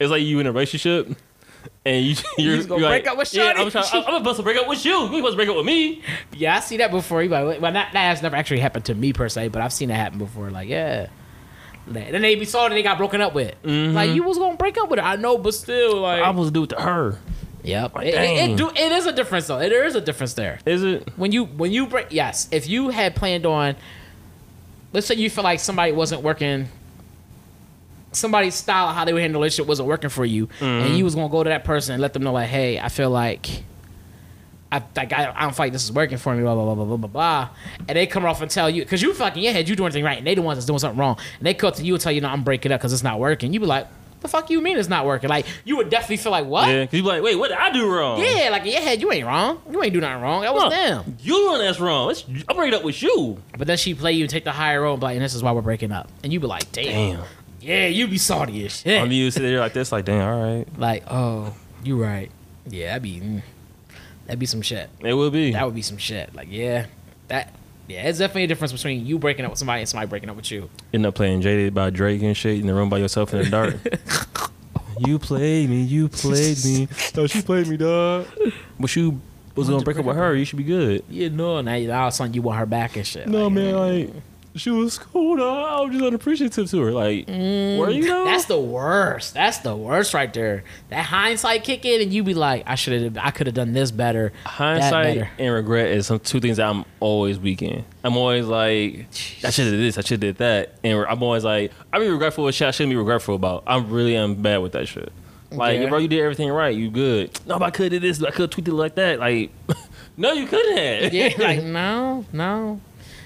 [SPEAKER 2] It's like you in a relationship and you, [LAUGHS] you're,
[SPEAKER 1] just gonna
[SPEAKER 2] you're
[SPEAKER 1] break
[SPEAKER 2] like,
[SPEAKER 1] up with
[SPEAKER 2] yeah,
[SPEAKER 1] Shawty."
[SPEAKER 2] I'm, trying, I'm, I'm about to break up with you. You supposed to break up with me.
[SPEAKER 1] Yeah, I see that before. You might- Well, that, that has never actually happened to me per se, but I've seen it happen before. Like, yeah. Like, Then they be sorry that they got broken up with. Like you was gonna break up with her, I know, but still, like,
[SPEAKER 2] I'm supposed to do it to her.
[SPEAKER 1] yep. It, it, it,
[SPEAKER 2] dang.
[SPEAKER 1] do, it is a difference though. there is a difference there.
[SPEAKER 2] Is it?
[SPEAKER 1] when you when you break yes if you had planned on let's say you feel like somebody wasn't working somebody's style how they were handling the relationship wasn't working for you and you was gonna go to that person and let them know like hey i feel like I, like, I, I don't feel like this is working for me, blah, blah, blah, blah, blah, blah, blah. And they come off and tell you, because you fucking, yeah, head, you doing anything right, and they the ones that's doing something wrong. And they come up to you and tell you, no, I'm breaking up because it's not working. You be like, the fuck you mean it's not working? Like, you would definitely feel like, what?
[SPEAKER 2] Yeah,
[SPEAKER 1] Yeah,
[SPEAKER 2] 'cause you be like, wait, what did I do wrong?
[SPEAKER 1] like, in your head, you ain't wrong. You ain't do nothing wrong. That was
[SPEAKER 2] Huh.
[SPEAKER 1] them.
[SPEAKER 2] You the one that's wrong. It's, I'm breaking up with you.
[SPEAKER 1] But then she play you and take the higher role and be like, and this is why we're breaking up. And you be like, damn.
[SPEAKER 2] Damn.
[SPEAKER 1] Yeah, you be salty as shit.
[SPEAKER 2] I'm used to it like this, like, damn, all right.
[SPEAKER 1] like, oh, you right. Yeah, that'd be, mm, that'd be some shit.
[SPEAKER 2] It will be.
[SPEAKER 1] That would be some shit. Like, yeah, that, Yeah, it's definitely a difference between you breaking up with somebody and somebody breaking up with you.
[SPEAKER 2] End up playing Jaded by Drake and shit in the room by yourself in
[SPEAKER 1] [LAUGHS]
[SPEAKER 2] the dark. you played me, you played me. [LAUGHS] No, she played me, dog. But you
[SPEAKER 1] Wanted
[SPEAKER 2] was
[SPEAKER 1] to
[SPEAKER 2] gonna break up
[SPEAKER 1] break up
[SPEAKER 2] with her. You should be good.
[SPEAKER 1] You know, and now you- all of a sudden you want her back and shit.
[SPEAKER 2] No,
[SPEAKER 1] Like,
[SPEAKER 2] man, like she was cool, dog. I was just unappreciative to her. Like, were you? Though?
[SPEAKER 1] That's the worst. That's the worst right there. That hindsight kick in, and you be like, I should have, I could have done this better. that
[SPEAKER 2] Hindsight
[SPEAKER 1] better.
[SPEAKER 2] and regret is some two things I'm always weak in. I'm always like, I should have did this, I should have did that, and I'm always like, I be regretful of shit I shouldn't be regretful about. I'm really I'm bad with that shit. Like,
[SPEAKER 1] Yeah.
[SPEAKER 2] bro, you did everything right, you good. No, but I could have did this, but I could have tweeted like that. Like, [LAUGHS] no, you
[SPEAKER 1] [LAUGHS]
[SPEAKER 2] couldn't have. [LAUGHS]
[SPEAKER 1] yeah, like no, no.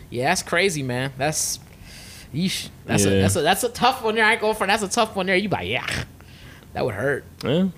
[SPEAKER 1] Yeah, that's crazy, man. That's, yeesh. That's
[SPEAKER 2] Yeah.
[SPEAKER 1] a that's a that's a tough one there. I ain't going for. That's a tough one there. You be like, yeah, that would hurt.
[SPEAKER 2] Yeah.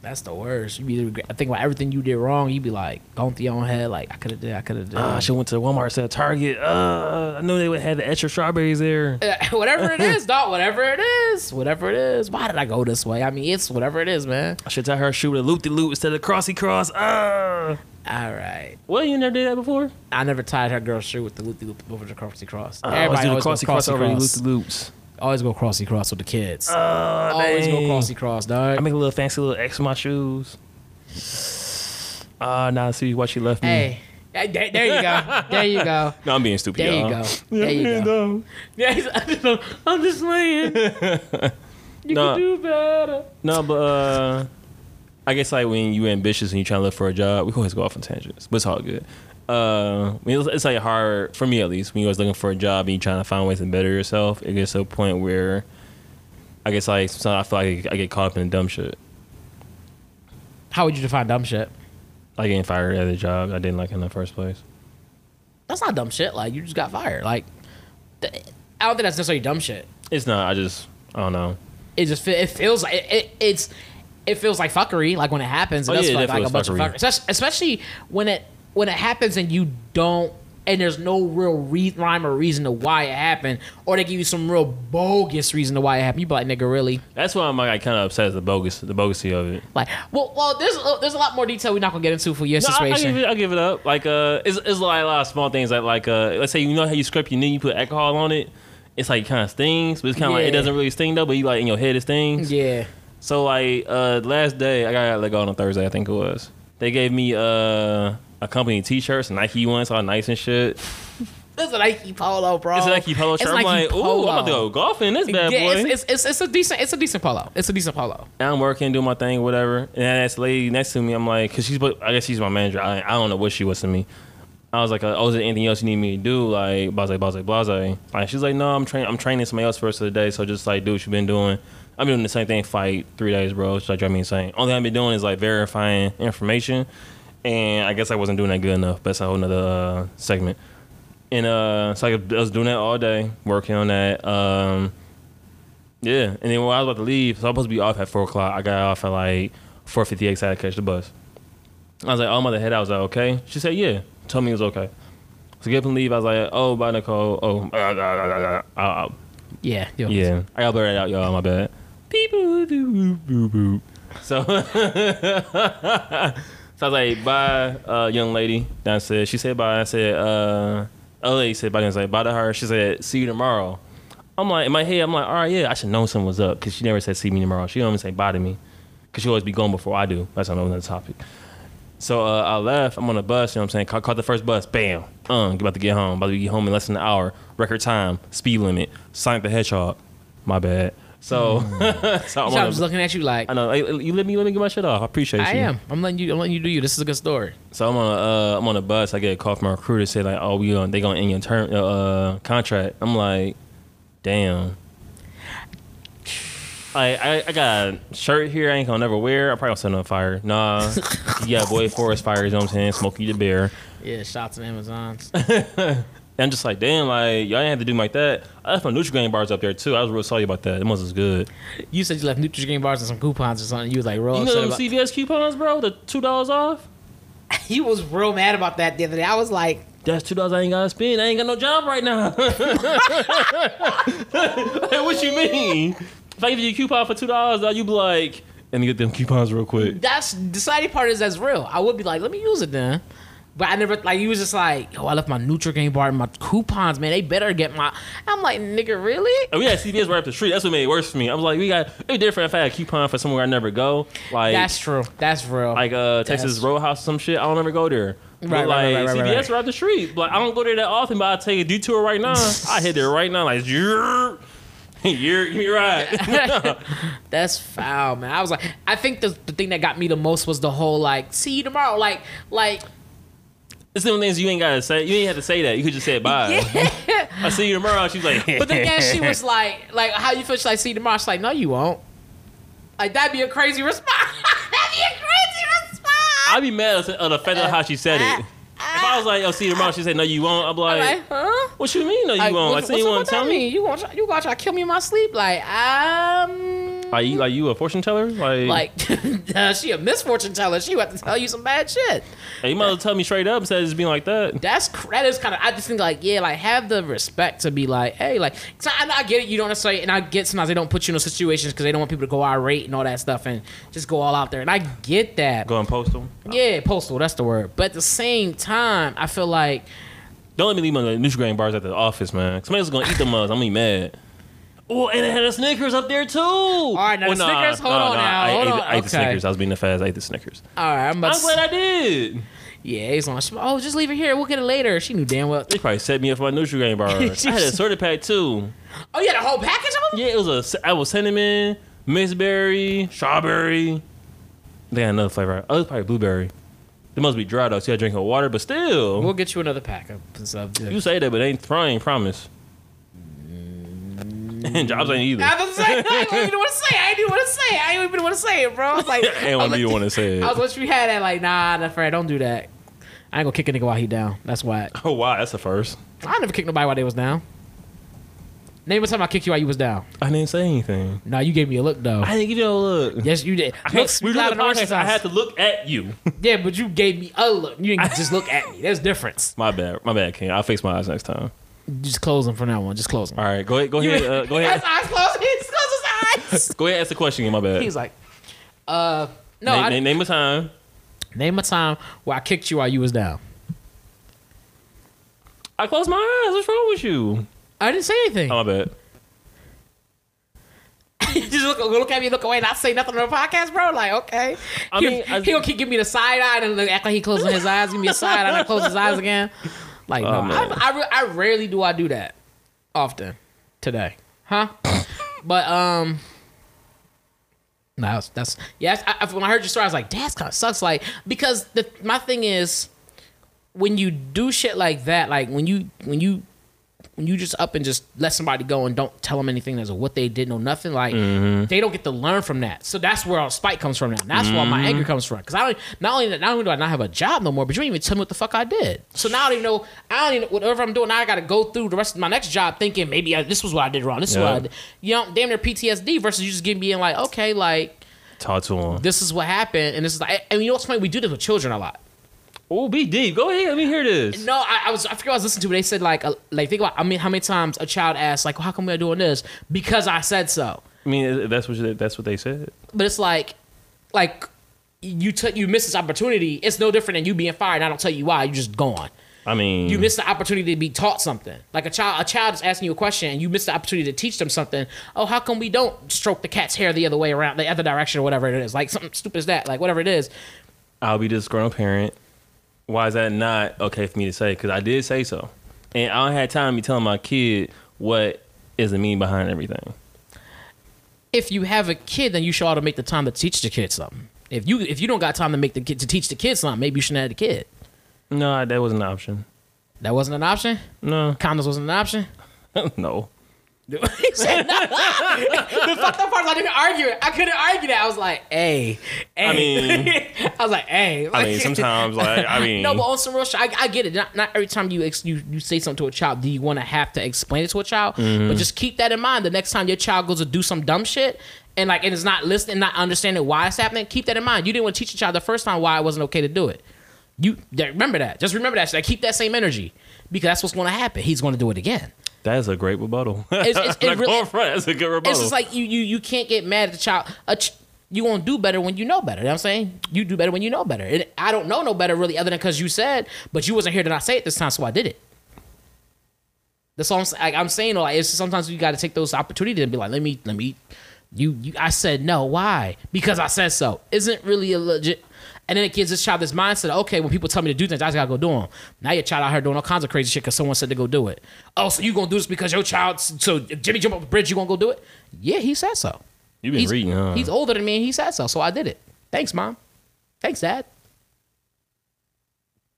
[SPEAKER 1] That's the worst. You be regret. I think about everything you did wrong. You be like going through your own head, like I could have did, I could have done.
[SPEAKER 2] Ah, I should went to Walmart instead of Target. Uh, I know they would have the extra strawberries there.
[SPEAKER 1] Uh, [LAUGHS] whatever it is, dog. Whatever it is, whatever it is. Why did I go this way? I mean, it's whatever it is, man.
[SPEAKER 2] I should tell her shoot a loop de loop instead of crossy cross. Ah,
[SPEAKER 1] All right.
[SPEAKER 2] well, you never did that before.
[SPEAKER 1] I never tied her girl's shoe with the loopy loop over the crossy cross.
[SPEAKER 2] Ah, let's
[SPEAKER 1] Everybody
[SPEAKER 2] do
[SPEAKER 1] always
[SPEAKER 2] the
[SPEAKER 1] go
[SPEAKER 2] crossy cross
[SPEAKER 1] crossy
[SPEAKER 2] over
[SPEAKER 1] cross.
[SPEAKER 2] loop de loops.
[SPEAKER 1] Always go crossy cross with the kids.
[SPEAKER 2] Uh,
[SPEAKER 1] always go
[SPEAKER 2] dang.
[SPEAKER 1] crossy cross, dog.
[SPEAKER 2] I make a little fancy little X with my shoes. Ah, now I see why she left me.
[SPEAKER 1] hey, Hey, there there you [LAUGHS] go. There you go.
[SPEAKER 2] No, I'm being stupid.
[SPEAKER 1] There you
[SPEAKER 2] y'all.
[SPEAKER 1] go. There you go. Yeah, he's, I'm just
[SPEAKER 2] [LAUGHS]
[SPEAKER 1] saying. You
[SPEAKER 2] Nah.
[SPEAKER 1] can do better.
[SPEAKER 2] No, but uh, I guess like when you ambitious and you trying to look for a job, we can always go off on tangents, but it's all good. Uh, I mean, it's, it's like hard for me at least when you always looking for a job and you trying to find ways to better yourself. It gets to a point where I guess like sometimes I feel like I get caught up in dumb shit,
[SPEAKER 1] How would you define dumb shit?
[SPEAKER 2] like getting fired at a job I didn't like in the first place.
[SPEAKER 1] That's not dumb shit. Like you just got fired. Like th- I don't think that's necessarily dumb shit.
[SPEAKER 2] It's not. I just I don't know.
[SPEAKER 1] It just fe- it feels like it, it, it's it feels like fuckery. Like when it happens, it
[SPEAKER 2] Oh,
[SPEAKER 1] does
[SPEAKER 2] yeah,
[SPEAKER 1] feel like,
[SPEAKER 2] it
[SPEAKER 1] like a
[SPEAKER 2] definitely
[SPEAKER 1] bunch
[SPEAKER 2] is
[SPEAKER 1] of
[SPEAKER 2] fuckery.
[SPEAKER 1] fuckery. Especially, especially when it when it happens and you don't and there's no real re- rhyme or reason to why it happened, or they give you some real bogus reason to why it happened. You be like, nigga, really?
[SPEAKER 2] That's why I'm like kind of upset at the bogus the bogusy of it.
[SPEAKER 1] Like, well, well, there's a, there's a lot more detail we're not gonna get into for your
[SPEAKER 2] No, I, I
[SPEAKER 1] situation.
[SPEAKER 2] give it. I give it up. Like uh, it's it's like a lot of small things. Like like uh, let's say you know how you scrape your knee, you put alcohol on it. It's like kind of stings, but it's kind of like it
[SPEAKER 1] Yeah.
[SPEAKER 2] doesn't really sting though. But you like in your head it stings.
[SPEAKER 1] yeah,
[SPEAKER 2] So like uh, last day I got let go on a Thursday. I think it was. They gave me uh a company T-shirt, some Nike ones, all nice and shit.
[SPEAKER 1] it's a Nike polo, bro.
[SPEAKER 2] It's a Nike polo
[SPEAKER 1] Oh, It's
[SPEAKER 2] shirt.
[SPEAKER 1] Nike
[SPEAKER 2] I'm like, ooh, I'm about to
[SPEAKER 1] polo.
[SPEAKER 2] go golfing this bad
[SPEAKER 1] yeah,
[SPEAKER 2] boy.
[SPEAKER 1] It's, it's, it's, it's a decent it's a decent polo. It's a decent polo.
[SPEAKER 2] And I'm working, doing my thing, whatever. And then this lady next to me, I'm like, cause she's, I guess she's my manager. I, I don't know what she was to me. I was like, uh, oh, is there anything else you need me to do? Like, blase, blase, blase. Like, she's like, no, I'm training, I'm training somebody else for the rest of the day. So just like, do what you've been doing. I've been doing the same thing for like three days, bro. She's like, driving me insane. Only thing I've been doing is like verifying information. And I guess I wasn't doing that good enough. But that's a whole nother uh, segment. And uh, so I was doing that all day, working on that. Um, yeah, and then when I was about to leave, so I'm supposed to be off at four o'clock. I got off at like four fifty eight. I had to catch the bus. I was like, "Oh, I'm about to head out." I was like, "Okay." She said, "Yeah." Told me it was okay. So get up and leave. I was like, "Oh, bye, Nicole." Oh, [LAUGHS] uh, uh, uh, uh, uh, uh,
[SPEAKER 1] Yeah, yo.
[SPEAKER 2] yeah. I gotta blur that out, y'all. My bad. Beep, boop, doop, boop, boop, boop. So, [LAUGHS] so I was like, "Bye, uh, young lady." Then I said, "She said bye." I said, "Uh, other lady said bye." Then I was like, "Bye to her." She said, "See you tomorrow." I'm like, in my head, I'm like, "All right, yeah, I should know something was up because she never said see me tomorrow. She don't even say bye to me because she always be gone before I do." That's another topic. So uh, I left. I'm on the bus. You know what I'm saying? Ca- Caught the first bus. Bam. Um, about to get home. About to get home in less than an hour. Record time. Speed limit. Sonic the Hedgehog. My bad. So, [LAUGHS] so I'm
[SPEAKER 1] So I'm
[SPEAKER 2] on
[SPEAKER 1] Mm. just
[SPEAKER 2] the,
[SPEAKER 1] looking at you like
[SPEAKER 2] I know. Hey, you let me let me get my shit off. I appreciate
[SPEAKER 1] I
[SPEAKER 2] you.
[SPEAKER 1] am. I'm letting you. I'm letting you do you. This is a good story.
[SPEAKER 2] So I'm on a, uh, I'm on a bus. I get a call from a recruiter say like, oh, we on they gonna end your term uh, uh, contract. I'm like, damn. I, I I got a shirt here. I ain't gonna never wear. I probably gonna set it on fire. [LAUGHS] Nah, yeah, boy, forest fires. You know what I'm saying? Smokey the bear.
[SPEAKER 1] Yeah, shots and
[SPEAKER 2] [LAUGHS]
[SPEAKER 1] Amazons.
[SPEAKER 2] And I'm just like, damn, like y'all didn't have to do me like that. I left my Nutrigrain bars up there too. I was real sorry about that. It wasn't as good.
[SPEAKER 1] you said you left Nutri-Grain bars and some coupons or something. You was like real
[SPEAKER 2] You know
[SPEAKER 1] upset
[SPEAKER 2] them
[SPEAKER 1] Oh, about.
[SPEAKER 2] CVS coupons, bro? The two dollars off.
[SPEAKER 1] [LAUGHS] You was real mad about that the other day. I was like,
[SPEAKER 2] That's two dollars I ain't gotta spend. I ain't got no job right now. [LAUGHS] Like, what you mean? If I give you a coupon for two dollars, you be like, and get them coupons real quick.
[SPEAKER 1] that's the sad part is that's real. I would be like, let me use it then. But I never like you was just like, yo, I left my Nutrigrain bar and my coupons, man. They better get my. I'm like, nigga, really?
[SPEAKER 2] And we had CVS right up the street. That's what made it worse for me. I was like, we got it different if I had a coupon for somewhere I never go. Like
[SPEAKER 1] That's true. That's real.
[SPEAKER 2] like uh Texas
[SPEAKER 1] Yes.
[SPEAKER 2] Roadhouse or some shit. I don't ever go there. But
[SPEAKER 1] Right, right,
[SPEAKER 2] like
[SPEAKER 1] right, right, right,
[SPEAKER 2] CVS
[SPEAKER 1] right.
[SPEAKER 2] right, up the street. Like I don't go there that often, but I'll take a detour right now. I hit there right now, like [LAUGHS] you're you're right. [LAUGHS]
[SPEAKER 1] [LAUGHS] That's foul, man. I was like, I think the, the thing that got me the most was the whole like, see you tomorrow, like, like,
[SPEAKER 2] it's them things you ain't gotta say. You ain't have to say that. You could just say bye. I see you tomorrow. She's
[SPEAKER 1] [LAUGHS]
[SPEAKER 2] like,
[SPEAKER 1] But then [LAUGHS] again, she
[SPEAKER 2] [LAUGHS]
[SPEAKER 1] was like, like, how you feel? She's like, see you tomorrow. She's like, no, you won't. Like that'd be a crazy response. [LAUGHS] that'd be a crazy response.
[SPEAKER 2] I'd be mad at at the fact of how she said it. If I was like, oh, see you tomorrow, she said, no, you won't. I'm
[SPEAKER 1] I'm
[SPEAKER 2] like,
[SPEAKER 1] like, huh?
[SPEAKER 2] what you mean, no, you
[SPEAKER 1] Like,
[SPEAKER 2] won't?
[SPEAKER 1] what's-
[SPEAKER 2] I see you
[SPEAKER 1] what's
[SPEAKER 2] won't
[SPEAKER 1] up with
[SPEAKER 2] tell
[SPEAKER 1] that
[SPEAKER 2] me.
[SPEAKER 1] mean? You gonna try, you gonna try to kill me in my sleep? Like, um,
[SPEAKER 2] Are you like you a fortune teller? Like,
[SPEAKER 1] like, [LAUGHS] uh, she a misfortune teller. She about to tell you some bad shit.
[SPEAKER 2] hey, you might as well tell me straight up instead of just being like that.
[SPEAKER 1] That's cr- that is kind of. I just think like yeah, like have the respect to be like, hey, like 'cause I, I get it. You don't necessarily, and I get sometimes they don't put you in those situations because they don't want people to go irate and all that stuff and just go all out there. And I get that.
[SPEAKER 2] Go and post them.
[SPEAKER 1] Yeah, postal. That's the word. But at the same time, I feel like
[SPEAKER 2] Don't let me leave my Nutrigrain bars at the office, man. Somebody's gonna eat them mugs. I'm gonna be mad. Oh, and it had a Snickers up there too. Oh, All
[SPEAKER 1] right, now the Snickers, hold on now,
[SPEAKER 2] I,
[SPEAKER 1] hold
[SPEAKER 2] ate,
[SPEAKER 1] on.
[SPEAKER 2] the- I ate the
[SPEAKER 1] Okay.
[SPEAKER 2] Snickers. I was being the fast. I ate the Snickers.
[SPEAKER 1] all right, I'm about
[SPEAKER 2] I'm
[SPEAKER 1] to-
[SPEAKER 2] glad I did.
[SPEAKER 1] yeah, he's on. Oh, just leave it here. We'll get it later. She knew damn well.
[SPEAKER 2] They probably set me up for
[SPEAKER 1] [LAUGHS]
[SPEAKER 2] my Nutrigrain bars. I had a sorted pack too.
[SPEAKER 1] Oh, you had a whole package of them.
[SPEAKER 2] Yeah, it was a. I was cinnamon, mixed berry, strawberry. They had another flavor. Oh, it was probably blueberry. They must be dry though. So you gotta drink her water, but still,
[SPEAKER 1] We'll get you another pack of stuff.
[SPEAKER 2] you say that, but they ain't trying. Promise. [LAUGHS] And jobs ain't either.
[SPEAKER 1] I was gonna say, I didn't even want to say. it. I didn't want to say. it. I didn't even want to say [LAUGHS] it, bro. I was like,
[SPEAKER 2] I [LAUGHS] ain't
[SPEAKER 1] I was
[SPEAKER 2] want to be
[SPEAKER 1] like-
[SPEAKER 2] the one to say
[SPEAKER 1] [LAUGHS]
[SPEAKER 2] it.
[SPEAKER 1] I was wish we had that. Like, nah, nah, Fred, don't do that. I ain't gonna kick a nigga while he down. That's why
[SPEAKER 2] [LAUGHS] Oh wow, that's the first.
[SPEAKER 1] I never kicked nobody while they was down. Name a time I kicked you while you was down.
[SPEAKER 2] I didn't say anything.
[SPEAKER 1] Nah, you gave me a look though.
[SPEAKER 2] I didn't give you a look.
[SPEAKER 1] yes, you did.
[SPEAKER 2] I-
[SPEAKER 1] Look,
[SPEAKER 2] we were
[SPEAKER 1] you lied
[SPEAKER 2] doing
[SPEAKER 1] on
[SPEAKER 2] the
[SPEAKER 1] the
[SPEAKER 2] podcast.
[SPEAKER 1] rest of
[SPEAKER 2] I
[SPEAKER 1] us.
[SPEAKER 2] had to look at you.
[SPEAKER 1] Yeah, but you gave me a look. You didn't just look at me. There's difference.
[SPEAKER 2] my bad. My bad, King. I'll fix my eyes next time.
[SPEAKER 1] Just close them for now on. Just
[SPEAKER 2] [LAUGHS]
[SPEAKER 1] close them.
[SPEAKER 2] All right, go ahead. Go ahead.
[SPEAKER 1] [LAUGHS]
[SPEAKER 2] Uh, go ahead.
[SPEAKER 1] His eyes closed. He just closed his eyes.
[SPEAKER 2] Go ahead. Ask the question again. My bad.
[SPEAKER 1] he was like, uh, no.
[SPEAKER 2] name,
[SPEAKER 1] I,
[SPEAKER 2] name, name a time.
[SPEAKER 1] name a time where I kicked you while you was down.
[SPEAKER 2] I closed my eyes. What's wrong with you?
[SPEAKER 1] I didn't say anything.
[SPEAKER 2] Oh, my bad.
[SPEAKER 1] [LAUGHS] You just look, look at me, look away, and I say nothing on the podcast, bro. Like, okay.
[SPEAKER 2] I
[SPEAKER 1] he,
[SPEAKER 2] mean, I-
[SPEAKER 1] he gonna keep giving me the side eye and look, act like he closing his eyes, give me a side eye, and I close his eyes again. Like,
[SPEAKER 2] Oh,
[SPEAKER 1] no,
[SPEAKER 2] man.
[SPEAKER 1] I, I, re- I rarely do I do that. Often, today, huh? but um, no, that's, that's yeah. I, I, when I heard your story, I was like, that's kind of sucks. Like, because the my thing is when you do shit like that, like when you when you when you just up and just let somebody go and don't tell them anything as of what they did, no nothing, like they don't get to learn from that. So that's where all spite comes from now. And That's where all my anger comes from. Because I don't not only not only do I not have a job no more, but you didn't even tell me what the fuck I did. So now I don't even know. I don't even whatever I'm doing. Now I got to go through the rest of my next job thinking maybe I, this was what I did wrong. This is what I
[SPEAKER 2] Yeah.
[SPEAKER 1] did. You know, damn near PTSD versus you just getting being like, okay, like
[SPEAKER 2] Talk to him.
[SPEAKER 1] this is what happened, and this is like, and you know what's funny? We do this with children a lot.
[SPEAKER 2] Oh, be deep. Go ahead. Let me hear this.
[SPEAKER 1] No, I, I was. I forget what I was listening to. But they said like, uh, like think about. I mean, how many times a child asks like, well, "How come we're doing this?" Because I said so.
[SPEAKER 2] I mean, that's what you- that's what they said.
[SPEAKER 1] But it's like, like you took you missed this opportunity. It's no different than you being fired. and I don't tell you why. You just gone.
[SPEAKER 2] I mean,
[SPEAKER 1] You miss the opportunity to be taught something. Like a child, a child is asking you a question, and you miss the opportunity to teach them something. Oh, how come we don't stroke the cat's hair the other way around, the other direction, or whatever it is? Like something stupid as that. Like whatever it is.
[SPEAKER 2] I'll be this grown parent. Why is that not okay for me to say? Because I did say so, and I don't have time to be telling my kid what is the meaning behind everything.
[SPEAKER 1] if you have a kid, then you should ought to make the time to teach the kid something. If you if you don't got time to make the kid to teach the kid something, maybe you shouldn't have the kid.
[SPEAKER 2] No, that wasn't an option.
[SPEAKER 1] That wasn't an option.
[SPEAKER 2] No, [LAUGHS]
[SPEAKER 1] Condoms wasn't an option.
[SPEAKER 2] no.
[SPEAKER 1] [LAUGHS] He said, "No." the fucked up part is I didn't argue it. I couldn't argue that. I was like, hey, hey. I
[SPEAKER 2] mean-
[SPEAKER 1] [LAUGHS] I was like, hey.
[SPEAKER 2] I mean, sometimes like I
[SPEAKER 1] [LAUGHS]
[SPEAKER 2] mean,
[SPEAKER 1] No, but on some real shit, I, I get it. Not, not every time you, ex, you you say something to a child, do you want to have to explain it to a child? But just keep that in mind. The next time your child goes to do some dumb shit and like and is not listening, not understanding why it's happening, keep that in mind. You didn't want to teach a child the first time why it wasn't okay to do it. You that- remember that. Just remember that. shit. keep that same energy because that's what's going to happen. He's going to do it again.
[SPEAKER 2] that's a great rebuttal.
[SPEAKER 1] it's- it
[SPEAKER 2] [LAUGHS] Like,
[SPEAKER 1] really-
[SPEAKER 2] oh, Fred, that's a good rebuttal.
[SPEAKER 1] It's just like you you you can't get mad at the child. A ch- you gonna do better when you know better. You know what I'm saying? You do better when you know better. And I don't know no better really other than cause you said, but you wasn't here to not say it this time, so I did it. That's all I'm, sa- like, I'm saying. Like, it's sometimes you got to take those opportunities and be like, let me, let me, you, you. I said no. Why? Because I said so. Isn't really a legit. And then it gives this child this mindset. Okay, when people tell me to do things, I just gotta go do them. Now your child out here doing all kinds of crazy shit because someone said to go do it. Oh, so you gonna do this because your child? So if Jimmy jump off the bridge, you gonna go do it? Yeah, he said so.
[SPEAKER 2] You've been
[SPEAKER 1] he's,
[SPEAKER 2] reading, huh?
[SPEAKER 1] He's older than me, and he said so. So I did it. Thanks, mom. Thanks, dad.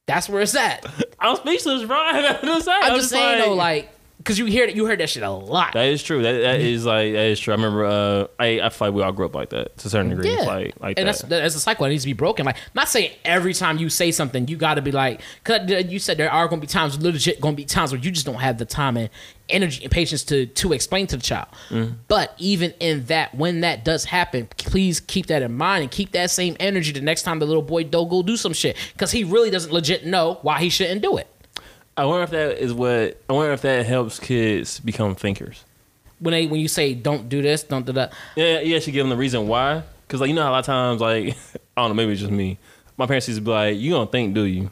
[SPEAKER 1] That's where it's at.
[SPEAKER 2] I'm speechless, bro. [LAUGHS] I have nothing to say.
[SPEAKER 1] I'm, just saying though, like, cause you hear you heard that shit a lot.
[SPEAKER 2] That is true. That that is like that is true. I remember. Uh, I I feel like we all grew up like that to a certain degree.
[SPEAKER 1] Yeah,
[SPEAKER 2] Like like
[SPEAKER 1] and
[SPEAKER 2] that.
[SPEAKER 1] that's that's a cycle that needs to be broken. Like, not saying every time you say something, you got to be like, cause you said there are gonna be times, legit gonna be times where you just don't have the time and energy and patience to to explain to the child.
[SPEAKER 2] Mm-hmm.
[SPEAKER 1] But even in that, when that does happen, please keep that in mind and keep that same energy the next time the little boy do go do some shit, cause he really doesn't legit know why he shouldn't do it.
[SPEAKER 2] I wonder if that is what. I wonder if that helps kids become thinkers.
[SPEAKER 1] When they when you say don't do this, don't do that.
[SPEAKER 2] Yeah, you actually give them the reason why. Because like you know, how a lot of times like [LAUGHS] I don't know, maybe it's just me. My parents used to be like, "You don't think, do you?"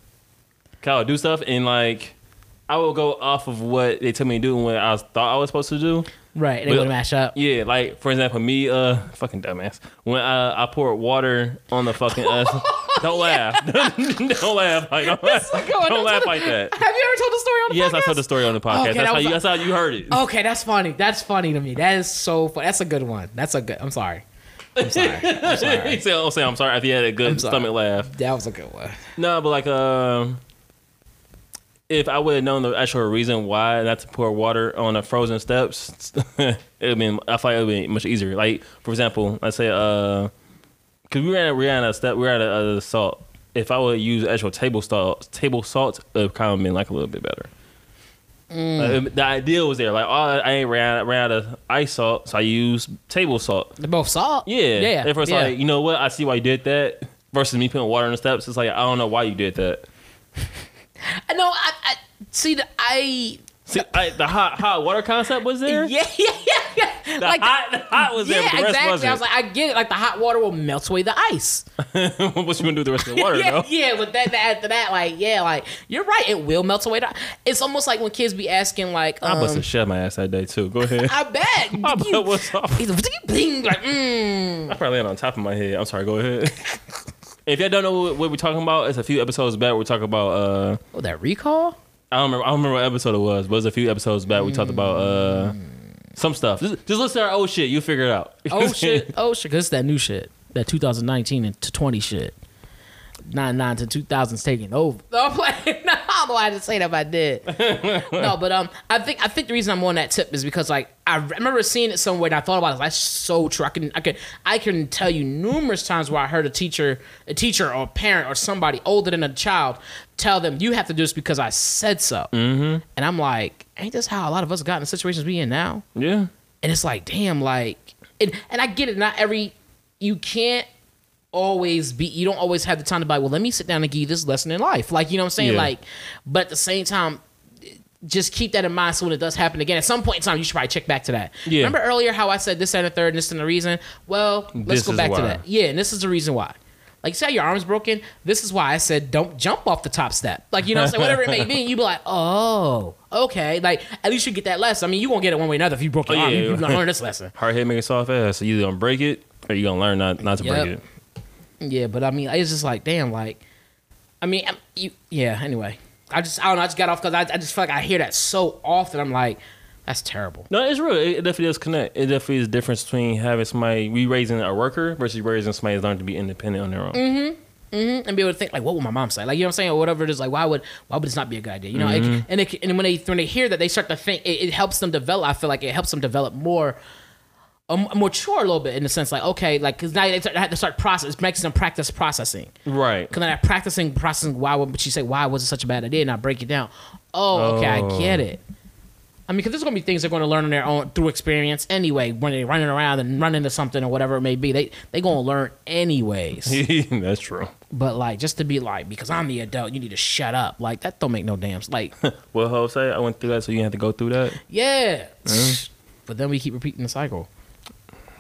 [SPEAKER 2] Kyle do stuff, and like I will go off of what they tell me to do and what I was- thought I was supposed to do.
[SPEAKER 1] Right, they
[SPEAKER 2] Well-
[SPEAKER 1] would mash up.
[SPEAKER 2] Yeah, like for example, me, uh, fucking dumbass. When I, I poured water on the fucking,
[SPEAKER 1] [LAUGHS]
[SPEAKER 2] uh, don't laugh, [LAUGHS] don't laugh, like, don't, laugh. [LAUGHS] don't laugh like that.
[SPEAKER 1] Have you ever told the story on the
[SPEAKER 2] Yes, I
[SPEAKER 1] podcast?
[SPEAKER 2] told the story on the podcast.
[SPEAKER 1] Okay,
[SPEAKER 2] that's
[SPEAKER 1] that
[SPEAKER 2] how
[SPEAKER 1] was- Oh,
[SPEAKER 2] you, that's how you heard it.
[SPEAKER 1] Okay, that's funny. That's funny to me. That is so funny. That's a good one. That's a good. I'm sorry. I'm sorry. I'm
[SPEAKER 2] [LAUGHS]
[SPEAKER 1] sorry.
[SPEAKER 2] [LAUGHS] He said, "Oh, say I'm sorry." After you had a good
[SPEAKER 1] sorry.
[SPEAKER 2] stomach laugh.
[SPEAKER 1] That was a good one.
[SPEAKER 2] No, but like, um, if I would have known the actual reason why not to pour water on the frozen steps, [LAUGHS] it would been. I feel like it would been much easier. Like, for example, I say, uh, because we were at we were at a step, we were at a, a salt. If I would use actual table salt, table salt, it would kind of been like a little bit better. Like, it- the idea was there. Like, oh, I ain't ran, ran out of ice salt, so I used table salt.
[SPEAKER 1] They both salt.
[SPEAKER 2] Yeah.
[SPEAKER 1] Yeah.
[SPEAKER 2] At first,
[SPEAKER 1] yeah.
[SPEAKER 2] like, you know what? I see why you did that. Versus me putting water on the steps, it's like I don't know why you did that.
[SPEAKER 1] I know. I, I see. The, I.
[SPEAKER 2] See, I, the hot hot water concept was
[SPEAKER 1] [LAUGHS]
[SPEAKER 2] there.
[SPEAKER 1] Yeah. Yeah. Yeah. yeah.
[SPEAKER 2] the
[SPEAKER 1] like.
[SPEAKER 2] hot the hot was there,
[SPEAKER 1] yeah,
[SPEAKER 2] but the rest
[SPEAKER 1] exactly.
[SPEAKER 2] wasn't.
[SPEAKER 1] I was like, I get it. Like the hot water will melt away the ice.
[SPEAKER 2] [LAUGHS] what you gonna do with the rest of the water?
[SPEAKER 1] [LAUGHS] yeah,
[SPEAKER 2] though?
[SPEAKER 1] yeah. But that, that after that, like, yeah, like you're right. It will melt away. The, it's almost like when kids be asking, like,
[SPEAKER 2] I must
[SPEAKER 1] um,
[SPEAKER 2] have shut my ass that day too. Go ahead.
[SPEAKER 1] I bet. [LAUGHS]
[SPEAKER 2] My
[SPEAKER 1] Did
[SPEAKER 2] butt was off.
[SPEAKER 1] He's like, bling, like, mm.
[SPEAKER 2] [LAUGHS] I probably landed on top of my head. I'm sorry. Go ahead. [LAUGHS] if y'all don't know what, what we're talking about, it's a few episodes back. We're talking about. uh
[SPEAKER 1] Oh, that recall.
[SPEAKER 2] I don't remember. I don't remember what episode it was, but it was a few episodes back. We talked about uh some stuff. Just, just listen to our old shit. You figure it out.
[SPEAKER 1] Oh shit. [LAUGHS] Oh shit. Cause it's that new shit. That 2019 and to 20 shit. 99 to 2000's taking over. [LAUGHS] No, I'm playing. No, I don't know why I just say that if I did. [LAUGHS] no, but um, I think I think the reason I'm on that tip is because like I remember seeing it somewhere and I thought about it. That's so true. I can I can I can tell you numerous times where I heard a teacher, a teacher or a parent or somebody older than a child tell them you have to do this because I said so. Mm-hmm. And I'm like, ain't this how a lot of us got in the situations we in now?
[SPEAKER 2] [LAUGHS] Yeah.
[SPEAKER 1] and it's like damn like and, and i get it not every you can't always be you don't always have the time to be like well let me sit down and give you this lesson in life like you know what i'm saying
[SPEAKER 2] Yeah.
[SPEAKER 1] like but at the same time just keep that in mind so when it does happen again at some point in time you should probably check back to that
[SPEAKER 2] Yeah.
[SPEAKER 1] remember earlier how i said this that, and the third and this and the reason well let's
[SPEAKER 2] This
[SPEAKER 1] go
[SPEAKER 2] is
[SPEAKER 1] back
[SPEAKER 2] why.
[SPEAKER 1] to that yeah and this is the reason why like you say your arm's broken this is why i said don't jump off the top step like you know what i'm saying whatever it may be you be like oh okay like at least you get that lesson i mean you won't get it one way or another if you broke your
[SPEAKER 2] Oh,
[SPEAKER 1] arm
[SPEAKER 2] yeah,
[SPEAKER 1] you,
[SPEAKER 2] yeah.
[SPEAKER 1] you're gonna learn
[SPEAKER 2] [LAUGHS]
[SPEAKER 1] this lesson
[SPEAKER 2] Hard head make a soft ass. So you either gonna break it or you gonna learn not not to break
[SPEAKER 1] Yep.
[SPEAKER 2] it.
[SPEAKER 1] Yeah, but I mean, it's just like, damn, like, I mean, I'm- you, yeah. Anyway, I just, I don't know, I just got off because I, I just feel like I hear that so often. I'm like, that's terrible.
[SPEAKER 2] No, it's real. It, it definitely does connect. It definitely is the difference between having somebody we raising a worker versus raising somebody that's learning to be independent on their own.
[SPEAKER 1] Mhm, And be able to think like, what would my mom say? Like, you know what I'm saying, or whatever it is. Like, why would, why would this not be a good idea? You know, it- and it, and when they when they hear that, they start to think. It, it helps them develop. I feel like it helps them develop more. Um, mature a little bit in the sense like okay like because now they, start, they have to start process it makes them practice processing
[SPEAKER 2] Right.
[SPEAKER 1] Because then that practicing, processing, why would but she say, why was it such a bad idea? And I break it down. Oh, okay, I
[SPEAKER 2] Oh.
[SPEAKER 1] get it. I mean, because there's going to be things they're going to learn on their own through experience anyway. When they're running around and running into something or whatever it may be, they they going to learn anyways.
[SPEAKER 2] [LAUGHS] that's true.
[SPEAKER 1] but like, just to be like, because I'm the adult, you need to shut up. Like that don't make no damn s- [LAUGHS] like.
[SPEAKER 2] What Ho say? I went through that, so you have to go through that.
[SPEAKER 1] yeah. But then we keep repeating the cycle.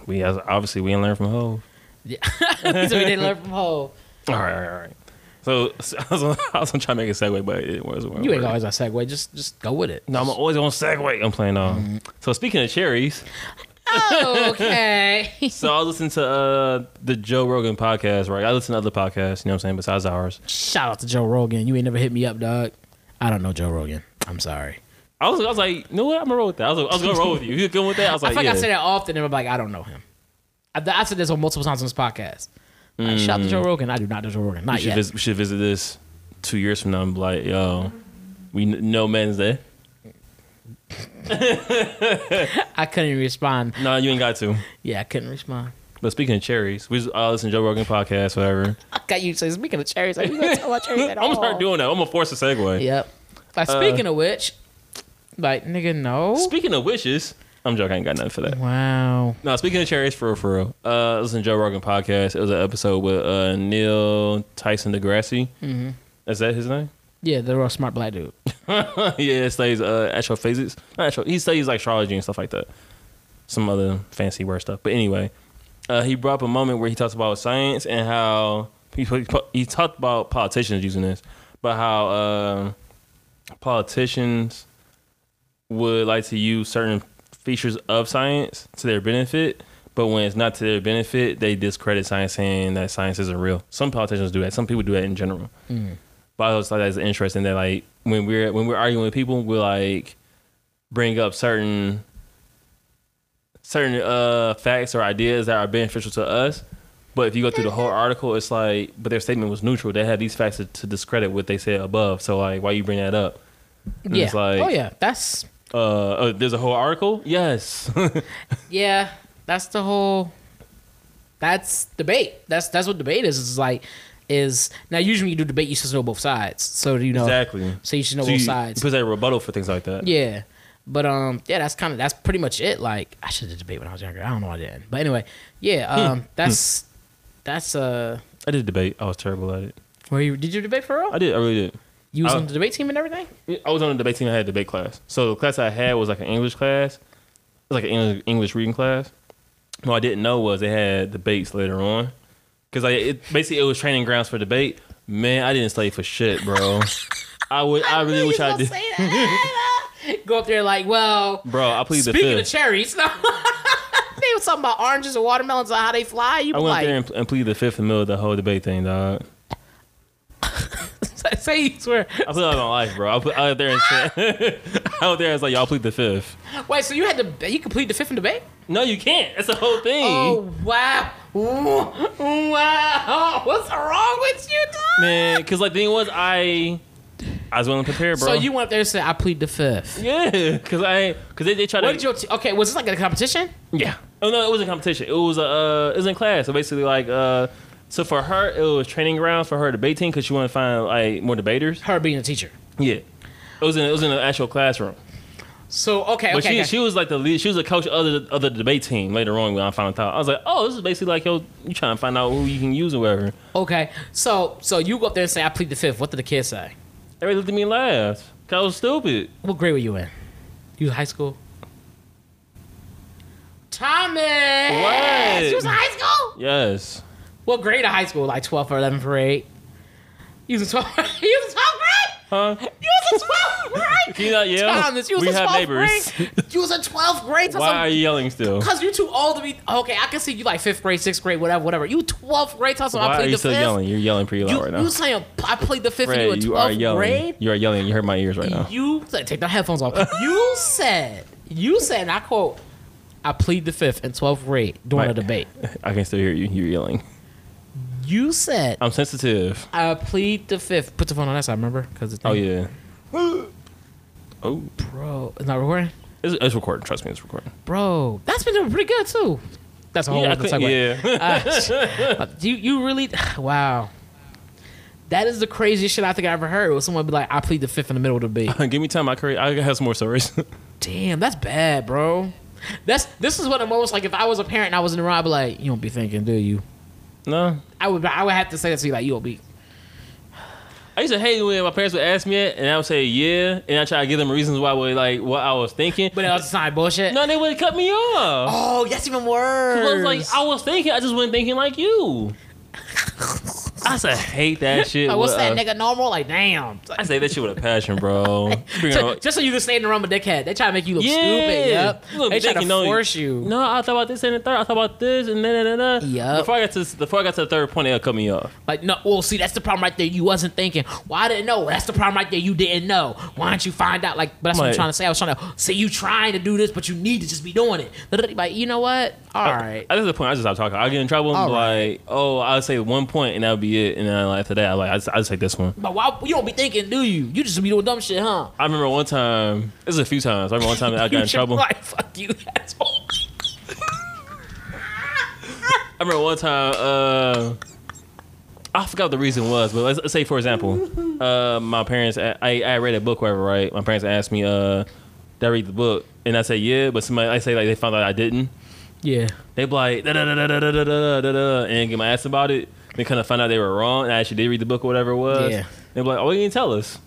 [SPEAKER 2] We as- obviously we didn't learn from Ho.
[SPEAKER 1] Yeah. [LAUGHS] so we didn't learn from home.
[SPEAKER 2] All right, all right, all right. So, [LAUGHS] so I was, gonna- I was gonna try to make a segue, but it wasn't.
[SPEAKER 1] You ain't
[SPEAKER 2] working.
[SPEAKER 1] always on segue. Just just go with it. [LAUGHS]
[SPEAKER 2] No, I'm always on segue. I'm playing on.
[SPEAKER 1] Mm-hmm.
[SPEAKER 2] So speaking of cherries,
[SPEAKER 1] okay.
[SPEAKER 2] so I listened to uh, the Joe Rogan podcast, right? I listen to other podcasts, you know what I'm saying, besides ours.
[SPEAKER 1] Shout out to Joe Rogan. You ain't never hit me up, dog. I don't know Joe Rogan. I'm sorry.
[SPEAKER 2] I was, I was like, you know what? I'm gonna roll with that. I was, I was gonna roll with you. You good with that? I was
[SPEAKER 1] I
[SPEAKER 2] like,
[SPEAKER 1] feel like
[SPEAKER 2] yeah.
[SPEAKER 1] I say that often, and I'm like, I don't know him. I've, I've said this on multiple times on this podcast. Like, Shout out to Joe Rogan. I do not know Joe Rogan.
[SPEAKER 2] we,
[SPEAKER 1] Not
[SPEAKER 2] should
[SPEAKER 1] yet.
[SPEAKER 2] visit, we should visit this two years from now and be like, yo, we kn- know men's day.
[SPEAKER 1] I couldn't even respond.
[SPEAKER 2] No, you ain't got to.
[SPEAKER 1] Yeah, I couldn't respond.
[SPEAKER 2] But speaking of cherries, we uh, just, I listen to Joe Rogan podcast, whatever.
[SPEAKER 1] I got you. So speaking of cherries, like, you gonna tell about cherries
[SPEAKER 2] [LAUGHS]
[SPEAKER 1] [LAUGHS]
[SPEAKER 2] I'm
[SPEAKER 1] at
[SPEAKER 2] gonna start
[SPEAKER 1] all?
[SPEAKER 2] doing that. I'm gonna force a segue.
[SPEAKER 1] Yep. Like
[SPEAKER 2] Uh,
[SPEAKER 1] speaking of which, like nigga, no.
[SPEAKER 2] Speaking of wishes, I'm joking. I ain't got nothing for that.
[SPEAKER 1] wow.
[SPEAKER 2] No, speaking of cherries, for real, for real. Uh, listen, to Joe Rogan podcast. It was an episode with uh, Neil Tyson DeGrassi. Mm-hmm. Is that his name?
[SPEAKER 1] Yeah, the real smart black dude.
[SPEAKER 2] [LAUGHS] yeah, it studies uh, astrophysics. Not astro- he studies like astrology and stuff like that. Some other fancy word stuff. But anyway, uh, he brought up a moment where he talks about science and how he, he talked about politicians using this, but how uh, politicians would like to use certain features of science to their benefit. But when it's not to their benefit, they discredit science, saying that science isn't real. Some politicians do that. Some people do that in general. But I always thought that was interesting that like when we're when we're arguing with people, we like bring up certain certain uh facts or ideas that are beneficial to us. But if you go through the whole
[SPEAKER 1] Mm-hmm.
[SPEAKER 2] article, it's like, but their statement was neutral. They had these facts to, to discredit what they said above. So like, why you bring that up? And
[SPEAKER 1] yeah.
[SPEAKER 2] It's like,
[SPEAKER 1] oh yeah. That's
[SPEAKER 2] Uh, oh, there's a whole article. Yes.
[SPEAKER 1] yeah. That's the whole. That's debate. That's that's what debate is. Is like is now usually when you do debate you should know both sides. So you know
[SPEAKER 2] [LAUGHS] exactly.
[SPEAKER 1] So you should know
[SPEAKER 2] So
[SPEAKER 1] both
[SPEAKER 2] you-
[SPEAKER 1] sides.
[SPEAKER 2] Because they rebuttal for things like that.
[SPEAKER 1] Yeah. But um yeah, that's kind of that's pretty much it. Like I should have debate when I was younger. I don't know why I didn't. But anyway, yeah,
[SPEAKER 2] Hmm.
[SPEAKER 1] um that's that's uh
[SPEAKER 2] I did debate. I was terrible at it.
[SPEAKER 1] where you did you debate for real?
[SPEAKER 2] I did. I really did.
[SPEAKER 1] You was
[SPEAKER 2] I-
[SPEAKER 1] on the debate team and everything?
[SPEAKER 2] I was on the debate team. I had a debate class. So the class I had was like an English class. It was like an English, English reading class. What I didn't know was they had debates later on. Because like it, basically it was training grounds for debate. Man, I didn't study for shit, bro. I
[SPEAKER 1] [LAUGHS]
[SPEAKER 2] would. I, really wish I did.
[SPEAKER 1] Go up there like, well,
[SPEAKER 2] Bro, I plead the
[SPEAKER 1] speaking of
[SPEAKER 2] fifth.
[SPEAKER 1] cherries, [LAUGHS] they were talking about oranges and watermelons and how they fly. You
[SPEAKER 2] I
[SPEAKER 1] be
[SPEAKER 2] went up
[SPEAKER 1] like,
[SPEAKER 2] there and, and pleaded the fifth in the middle of the whole debate thing, dog.
[SPEAKER 1] [LAUGHS] say you swear.
[SPEAKER 2] I plead out my life, bro. I put out there and said, [LAUGHS] out there it's like y'all plead the fifth.
[SPEAKER 1] Wait, so you had to you complete the fifth in debate?
[SPEAKER 2] No, you can't. That's the whole thing.
[SPEAKER 1] Oh wow, wow! What's wrong with you, dog?
[SPEAKER 2] Man, because like the thing was, I I was willing to prepare, bro.
[SPEAKER 1] So you went up there and said, "I plead the fifth.
[SPEAKER 2] yeah, because I because they, they tried
[SPEAKER 1] What
[SPEAKER 2] to
[SPEAKER 1] did your te- okay? Was this like a competition?
[SPEAKER 2] yeah. Oh no, it was a competition. It was a uh, it was in class. So basically, like uh, so for her, it was training grounds for her debate team because she wanted to find like more debaters.
[SPEAKER 1] Her being a teacher.
[SPEAKER 2] Yeah, it was in it was in an actual classroom.
[SPEAKER 1] So okay,
[SPEAKER 2] But
[SPEAKER 1] okay,
[SPEAKER 2] she
[SPEAKER 1] okay.
[SPEAKER 2] she was like the lead. She was a coach of the, of the debate team later on when I found out. I was like, oh, this is basically like yo, you trying to find out who you can use or whatever.
[SPEAKER 1] okay. So so you go up there and say, "I plead the fifth. What did the kid say?
[SPEAKER 2] Everybody looked at me and laughed. 'Cause I was stupid.
[SPEAKER 1] What grade were you in? You was high school. Thomas.
[SPEAKER 2] What?
[SPEAKER 1] You was in high school.
[SPEAKER 2] Yes.
[SPEAKER 1] What grade of high school? Like 12th or 11th grade. You was in 12th. [LAUGHS] You was in 12th grade.
[SPEAKER 2] Huh?
[SPEAKER 1] You was in 12th
[SPEAKER 2] [LAUGHS]
[SPEAKER 1] grade.
[SPEAKER 2] Can you not yell?
[SPEAKER 1] Thomas, you was
[SPEAKER 2] we
[SPEAKER 1] in
[SPEAKER 2] have
[SPEAKER 1] 12th
[SPEAKER 2] neighbors.
[SPEAKER 1] grade. You was in 12th grade. That's
[SPEAKER 2] Why
[SPEAKER 1] a-
[SPEAKER 2] are you yelling still?
[SPEAKER 1] Cause you're too old to be okay. I can see you like fifth grade, sixth grade, whatever, whatever. You twelfth grade talking about I
[SPEAKER 2] Why are
[SPEAKER 1] played
[SPEAKER 2] you
[SPEAKER 1] the
[SPEAKER 2] still
[SPEAKER 1] fifth.
[SPEAKER 2] yelling? You're yelling pretty loud
[SPEAKER 1] You,
[SPEAKER 2] right now.
[SPEAKER 1] you saying I played the fifth and you
[SPEAKER 2] Fred,
[SPEAKER 1] in
[SPEAKER 2] you are
[SPEAKER 1] twelfth
[SPEAKER 2] yelling.
[SPEAKER 1] grade?
[SPEAKER 2] You are yelling. You heard my ears right now.
[SPEAKER 1] You said take the headphones off. you said you said and I quote, I plead the fifth in twelfth grade during
[SPEAKER 2] My-
[SPEAKER 1] a debate.
[SPEAKER 2] I can still hear you. You're yelling.
[SPEAKER 1] You said
[SPEAKER 2] I'm sensitive.
[SPEAKER 1] I plead the fifth. Put the phone on that side, remember? Cause it's
[SPEAKER 2] Oh yeah. [GASPS] oh,
[SPEAKER 1] bro, it's not recording.
[SPEAKER 2] it's, it's recording. Trust me, it's recording.
[SPEAKER 1] Bro, that's been doing pretty good too. That's a whole
[SPEAKER 2] yeah, I
[SPEAKER 1] other
[SPEAKER 2] think-
[SPEAKER 1] segue.
[SPEAKER 2] yeah.
[SPEAKER 1] Uh, [LAUGHS] you you really [SIGHS] wow. That is the craziest shit I think I ever heard. Was someone be like, "I plead the fifth in the middle of the
[SPEAKER 2] [LAUGHS]
[SPEAKER 1] debate."
[SPEAKER 2] Give me time. I create. I have some more stories. [LAUGHS]
[SPEAKER 1] Damn, that's bad, bro. That's this is what I'm almost like. If I was a parent and I was in the room, I'd be like, "You don't be thinking, do you?"
[SPEAKER 2] no,
[SPEAKER 1] I would I would have to say that to you, like, "You don't be."
[SPEAKER 2] I used to hate when my parents would ask me it, and I would say yeah, and I try to give them reasons why, we like what I was thinking.
[SPEAKER 1] But it was sign bullshit.
[SPEAKER 2] [LAUGHS] no, they would cut me off.
[SPEAKER 1] Oh, that's even worse.
[SPEAKER 2] I was like, I was thinking, I just wasn't thinking like
[SPEAKER 1] [LAUGHS]
[SPEAKER 2] you. I used to hate that shit.
[SPEAKER 1] Like, what's
[SPEAKER 2] with
[SPEAKER 1] that
[SPEAKER 2] a-
[SPEAKER 1] nigga normal? Like, damn.
[SPEAKER 2] I say that shit with a
[SPEAKER 1] [LAUGHS]
[SPEAKER 2] passion, bro. Bring
[SPEAKER 1] So-
[SPEAKER 2] on-
[SPEAKER 1] just so you can stay in the room with dickhead. They try to make you look stupid. Yep.
[SPEAKER 2] You look
[SPEAKER 1] they try to
[SPEAKER 2] dick and know you-
[SPEAKER 1] force you.
[SPEAKER 2] No, I thought about this and the third. I thought about this and then and then.
[SPEAKER 1] Yup.
[SPEAKER 2] Before I got to before I got to the third point, they'll cut me off.
[SPEAKER 1] Like, no, well, see, that's the problem right there. You wasn't thinking. Well, I didn't know. That's the problem right there. You didn't know. Why don't you find out? Like, but that's what I'm
[SPEAKER 2] Right.
[SPEAKER 1] trying to say. I was trying to say you trying to do this, but you need to just be doing it. Like, you know what? All right.
[SPEAKER 2] At this point, I just stop talking. I get in trouble.
[SPEAKER 1] All
[SPEAKER 2] and be
[SPEAKER 1] right.
[SPEAKER 2] Like, oh, I'll say one point and that'll be it. And then like, after that, I like I just, I just take this one.
[SPEAKER 1] But why you don't be thinking, do you? You just be doing dumb shit, huh?
[SPEAKER 2] I remember one time. This is a few times. I remember one time that I
[SPEAKER 1] You [LAUGHS]
[SPEAKER 2] got in
[SPEAKER 1] should
[SPEAKER 2] trouble.
[SPEAKER 1] be Like, fuck you, [LAUGHS] asshole.
[SPEAKER 2] I remember one time. Uh, I forgot what the reason was, but let's, let's say for example, uh, my parents. I, I I read a book, whatever. Right, my parents asked me, uh, "Did I read the book?" And I say, "Yeah," but somebody I say like they found out I didn't.
[SPEAKER 1] Yeah.
[SPEAKER 2] They be like da da da da da da da da da da, and get my ass about it. They kind of find out they were wrong, and I actually did read the book or whatever it was.
[SPEAKER 1] Yeah.
[SPEAKER 2] They be like, "Oh, you didn't tell us."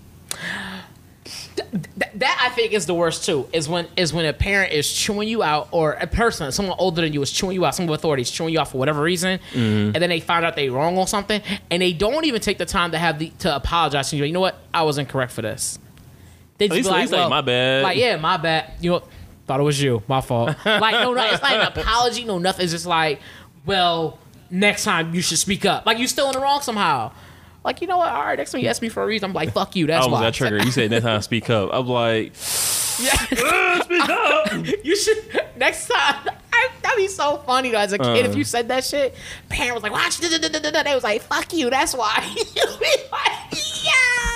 [SPEAKER 1] Th- that I think is the worst too. Is when is when a parent is chewing you out, or a person, someone older than you, is chewing you out. Some authorities chewing you out for whatever reason,
[SPEAKER 2] Mm-hmm.
[SPEAKER 1] and then they find out they wrong on something, and they don't even take the time to have the to apologize to you. You know what? I was incorrect for this. They just be
[SPEAKER 2] least- at
[SPEAKER 1] like,
[SPEAKER 2] least, like,
[SPEAKER 1] well,
[SPEAKER 2] my bad.
[SPEAKER 1] Like yeah, my bad. You know, thought it was you. My
[SPEAKER 2] [LAUGHS]
[SPEAKER 1] fault. like no, no, it's not an apology. No, nothing. It's just like, well, next time you should speak up. Like you still in the wrong somehow. Like you know what? All right, next time you ask me for a reason, I'm like, fuck you.
[SPEAKER 2] I
[SPEAKER 1] That's
[SPEAKER 2] almost
[SPEAKER 1] why.
[SPEAKER 2] got triggered. You said next time I speak up. I'm like, [LAUGHS] speak up.
[SPEAKER 1] [LAUGHS] You should next time. I, that'd be so funny though. As a kid,
[SPEAKER 2] Uh.
[SPEAKER 1] if you said that shit, parent was like, "Watch," they was like, "Fuck you." That's why. [LAUGHS] You'd be like, "Yo."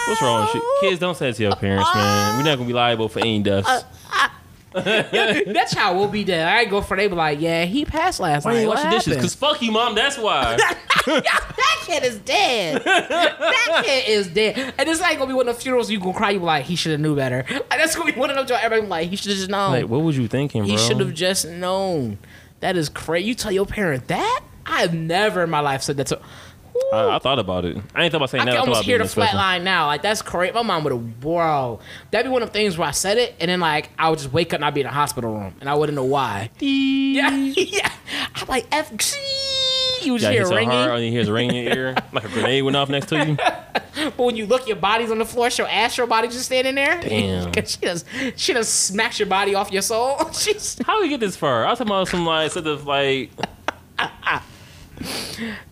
[SPEAKER 2] What's wrong with you? Kids, don't say it to your parents, man. We're not gonna be liable for any deaths.
[SPEAKER 1] Uh, That child will be dead. I ain't go for. They be like, "Yeah, he passed last
[SPEAKER 2] Why
[SPEAKER 1] night.
[SPEAKER 2] you
[SPEAKER 1] What
[SPEAKER 2] wash the dishes?
[SPEAKER 1] happened?"
[SPEAKER 2] Cause fuck you, mom. That's why. [LAUGHS]
[SPEAKER 1] that kid is dead. that kid is dead. And this ain't gonna be one of the funerals you gonna cry. You be like, "He should have knew better." [LAUGHS] Like, that's gonna be one of them. joints Everybody be like, "He should have just known."
[SPEAKER 2] like, what was you thinking, bro?
[SPEAKER 1] He should have just known. That is crazy. You tell your parent that? I have never in my life said that to.
[SPEAKER 2] I, I thought about it. I ain't thought about saying
[SPEAKER 1] I
[SPEAKER 2] that.
[SPEAKER 1] can
[SPEAKER 2] I thought
[SPEAKER 1] almost
[SPEAKER 2] about
[SPEAKER 1] hear
[SPEAKER 2] being
[SPEAKER 1] the
[SPEAKER 2] this
[SPEAKER 1] flat
[SPEAKER 2] person.
[SPEAKER 1] line now. Like that's crazy. My mom would have, bro. That'd be one of the things where I said it, and then like I would just wake up and I'd be in a hospital room, and I wouldn't know
[SPEAKER 2] [LAUGHS]
[SPEAKER 1] why. Yeah, yeah. I'm like F. You would just
[SPEAKER 2] Yeah, hit
[SPEAKER 1] hear
[SPEAKER 2] so
[SPEAKER 1] ringing,
[SPEAKER 2] hard, all you hear is ring in your
[SPEAKER 1] [LAUGHS]
[SPEAKER 2] ear, like a grenade went off next to you.
[SPEAKER 1] but when you look, your body's on the floor. She'll ask your body just standing there. [LAUGHS]
[SPEAKER 2] Damn.
[SPEAKER 1] 'Cause she does. She does smacks your body off your soul. [LAUGHS] She's
[SPEAKER 2] How we get this far? I was talking about some like sort of like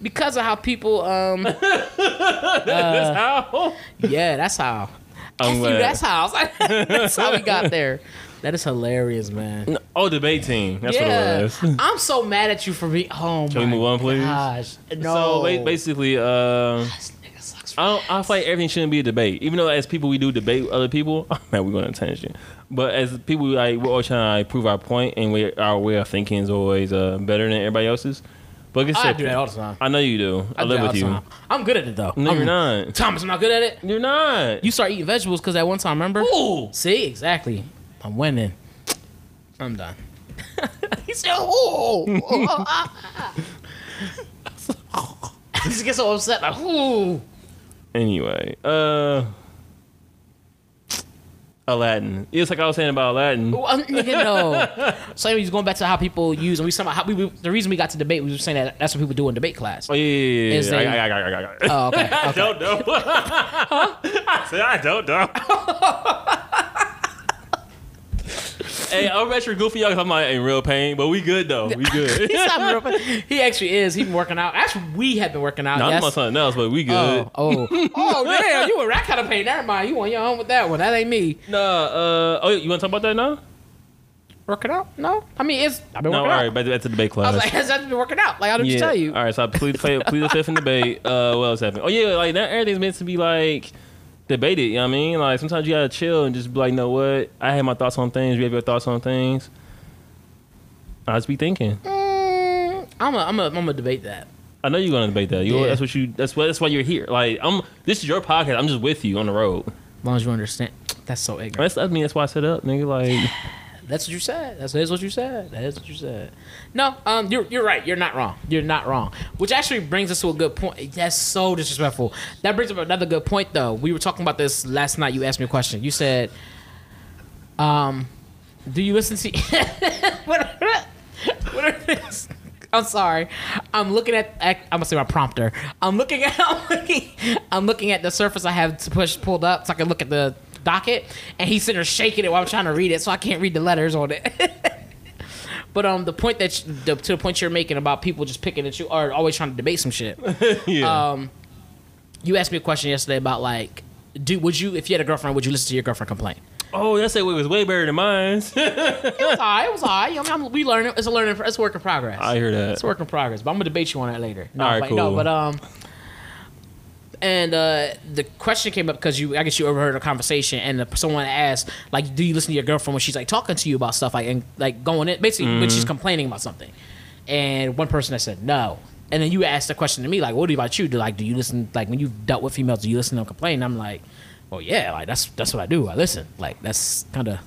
[SPEAKER 1] because of how people. Um.
[SPEAKER 2] [LAUGHS] this how.
[SPEAKER 1] Yeah, that's how.
[SPEAKER 2] I'm
[SPEAKER 1] Uh, F you,
[SPEAKER 2] glad.
[SPEAKER 1] that's how. [LAUGHS] that's how we got there. That is hilarious, man.
[SPEAKER 2] Oh, debate team. That's
[SPEAKER 1] [LAUGHS]
[SPEAKER 2] what it was. [LAUGHS] Can
[SPEAKER 1] I'm so mad at you for being. Oh
[SPEAKER 2] we
[SPEAKER 1] my
[SPEAKER 2] move on, please?
[SPEAKER 1] gosh, no.
[SPEAKER 2] So ba- basically, uh,
[SPEAKER 1] this nigga sucks.
[SPEAKER 2] I don't. I feel like everything shouldn't be a debate. Even though as people we do debate with other people, [LAUGHS] man, we're going to tangent. But as people, we, like we're always trying to like, prove our point, and we our way of thinking is always uh, better than everybody else's. But it's
[SPEAKER 1] I
[SPEAKER 2] simple.
[SPEAKER 1] do that all the time.
[SPEAKER 2] I know you do. I,
[SPEAKER 1] do that
[SPEAKER 2] live
[SPEAKER 1] all
[SPEAKER 2] with
[SPEAKER 1] the
[SPEAKER 2] you.
[SPEAKER 1] time. I'm good at it though.
[SPEAKER 2] No,
[SPEAKER 1] I'm,
[SPEAKER 2] you're not. [LAUGHS]
[SPEAKER 1] Thomas, I'm not good at it.
[SPEAKER 2] You're not.
[SPEAKER 1] You start eating vegetables because that one time, remember?
[SPEAKER 2] Ooh.
[SPEAKER 1] See, exactly. I'm winning. I'm done. [LAUGHS] he said, [LAUGHS] "Ooh." I just get so upset. Like, ooh.
[SPEAKER 2] Anyway, uh, Aladdin. It's like I was saying about Aladdin.
[SPEAKER 1] Well,
[SPEAKER 2] [LAUGHS]
[SPEAKER 1] nigga, no. [LAUGHS] So anyways, going back to how people use, and we somehow how we, we- the reason we got to debate, we were saying that that's what people do in debate class.
[SPEAKER 2] Oh yeah, yeah, yeah.
[SPEAKER 1] Is
[SPEAKER 2] yeah.
[SPEAKER 1] they-
[SPEAKER 2] I, I, I, I, I, I.
[SPEAKER 1] Oh, okay. [LAUGHS]
[SPEAKER 2] [LAUGHS] I
[SPEAKER 1] okay.
[SPEAKER 2] don't know. [LAUGHS] I said I don't know. [LAUGHS] hey, I'm at your goofy y'all 'cause I'm like in real pain, but we good though.
[SPEAKER 1] [LAUGHS]
[SPEAKER 2] We good.
[SPEAKER 1] He's
[SPEAKER 2] [LAUGHS]
[SPEAKER 1] not real- he actually is. He's been working out. Actually, we have been working out.
[SPEAKER 2] Nah, I'm
[SPEAKER 1] yes.
[SPEAKER 2] on something else, but we good.
[SPEAKER 1] Oh,
[SPEAKER 2] [LAUGHS]
[SPEAKER 1] oh, oh, damn! You in that kind of pain? Never mind. You on your own with that one. That ain't me.
[SPEAKER 2] Nah, uh, oh, you want to talk about that now?
[SPEAKER 1] Working out? No. I mean, it's. I've been
[SPEAKER 2] No, all
[SPEAKER 1] working out.
[SPEAKER 2] right, back to, back to debate class.
[SPEAKER 1] I was like, [LAUGHS] that's I've been working out. Like I don't just tell you.
[SPEAKER 2] All right, so I plead, play, plead the fifth in debate. Uh, what else happened? Oh yeah, like not everything's meant to be like debated. You know what I mean? Like sometimes you gotta chill and just be like, you know what? I have my thoughts on things. You have your thoughts on things. I just be thinking.
[SPEAKER 1] Mm, I'm a, I'm a, I'm gonna debate that.
[SPEAKER 2] I know you're gonna debate that. You,
[SPEAKER 1] Yeah.
[SPEAKER 2] That's what you. That's what. That's why you're here. Like I'm. This is your podcast. I'm just with you on the road.
[SPEAKER 1] As long as you understand. That's so ignorant. [LAUGHS]
[SPEAKER 2] That's. I mean, that's why I set up, nigga. Like
[SPEAKER 1] That's what you said. That's that's what you said. That is what you said. No, um, you're you're right. You're not wrong. You're not wrong. Which actually brings us to a good point. That's so disrespectful. That brings up another good point though. We were talking about this last night. You asked me a question. You said, um, do you listen to [LAUGHS] what? What are this? I'm sorry. I'm looking at. I'm gonna say my prompter. I'm looking [LAUGHS] at. I'm looking, I'm looking at the surface I have to push pulled up so I can look at the docket. And he's sitting there shaking it while I'm trying to read it, so I can't read the letters on it. [LAUGHS] but um, the point that you, the, to the point you're making about people just picking at you or always trying to debate some shit.
[SPEAKER 2] yeah.
[SPEAKER 1] Um, you asked me a question yesterday about like, do would you if you had a girlfriend would you listen to your girlfriend complain?
[SPEAKER 2] oh, that segue was way better than mine. [LAUGHS]
[SPEAKER 1] It was all right. It was all right. I mean, I'm, we learn. It's a learning. It's a work in progress.
[SPEAKER 2] I hear that.
[SPEAKER 1] It's a work in progress, but I'm gonna debate you on that later. No,
[SPEAKER 2] All right,
[SPEAKER 1] but, no,
[SPEAKER 2] cool.
[SPEAKER 1] but um, and uh, the question came up because you, I guess you overheard a conversation, and the, someone asked, like, do you listen to your girlfriend when she's like talking to you about stuff, like, and like going in, basically when
[SPEAKER 2] Mm-hmm.
[SPEAKER 1] she's complaining about something, and one person that said no. And then you asked the question to me, like, "What about you? Do like, do you listen? Like, when you've dealt with females, do you listen to them complain?" And I'm like, "Well, yeah, like that's that's what I do. I listen. Like, that's kind of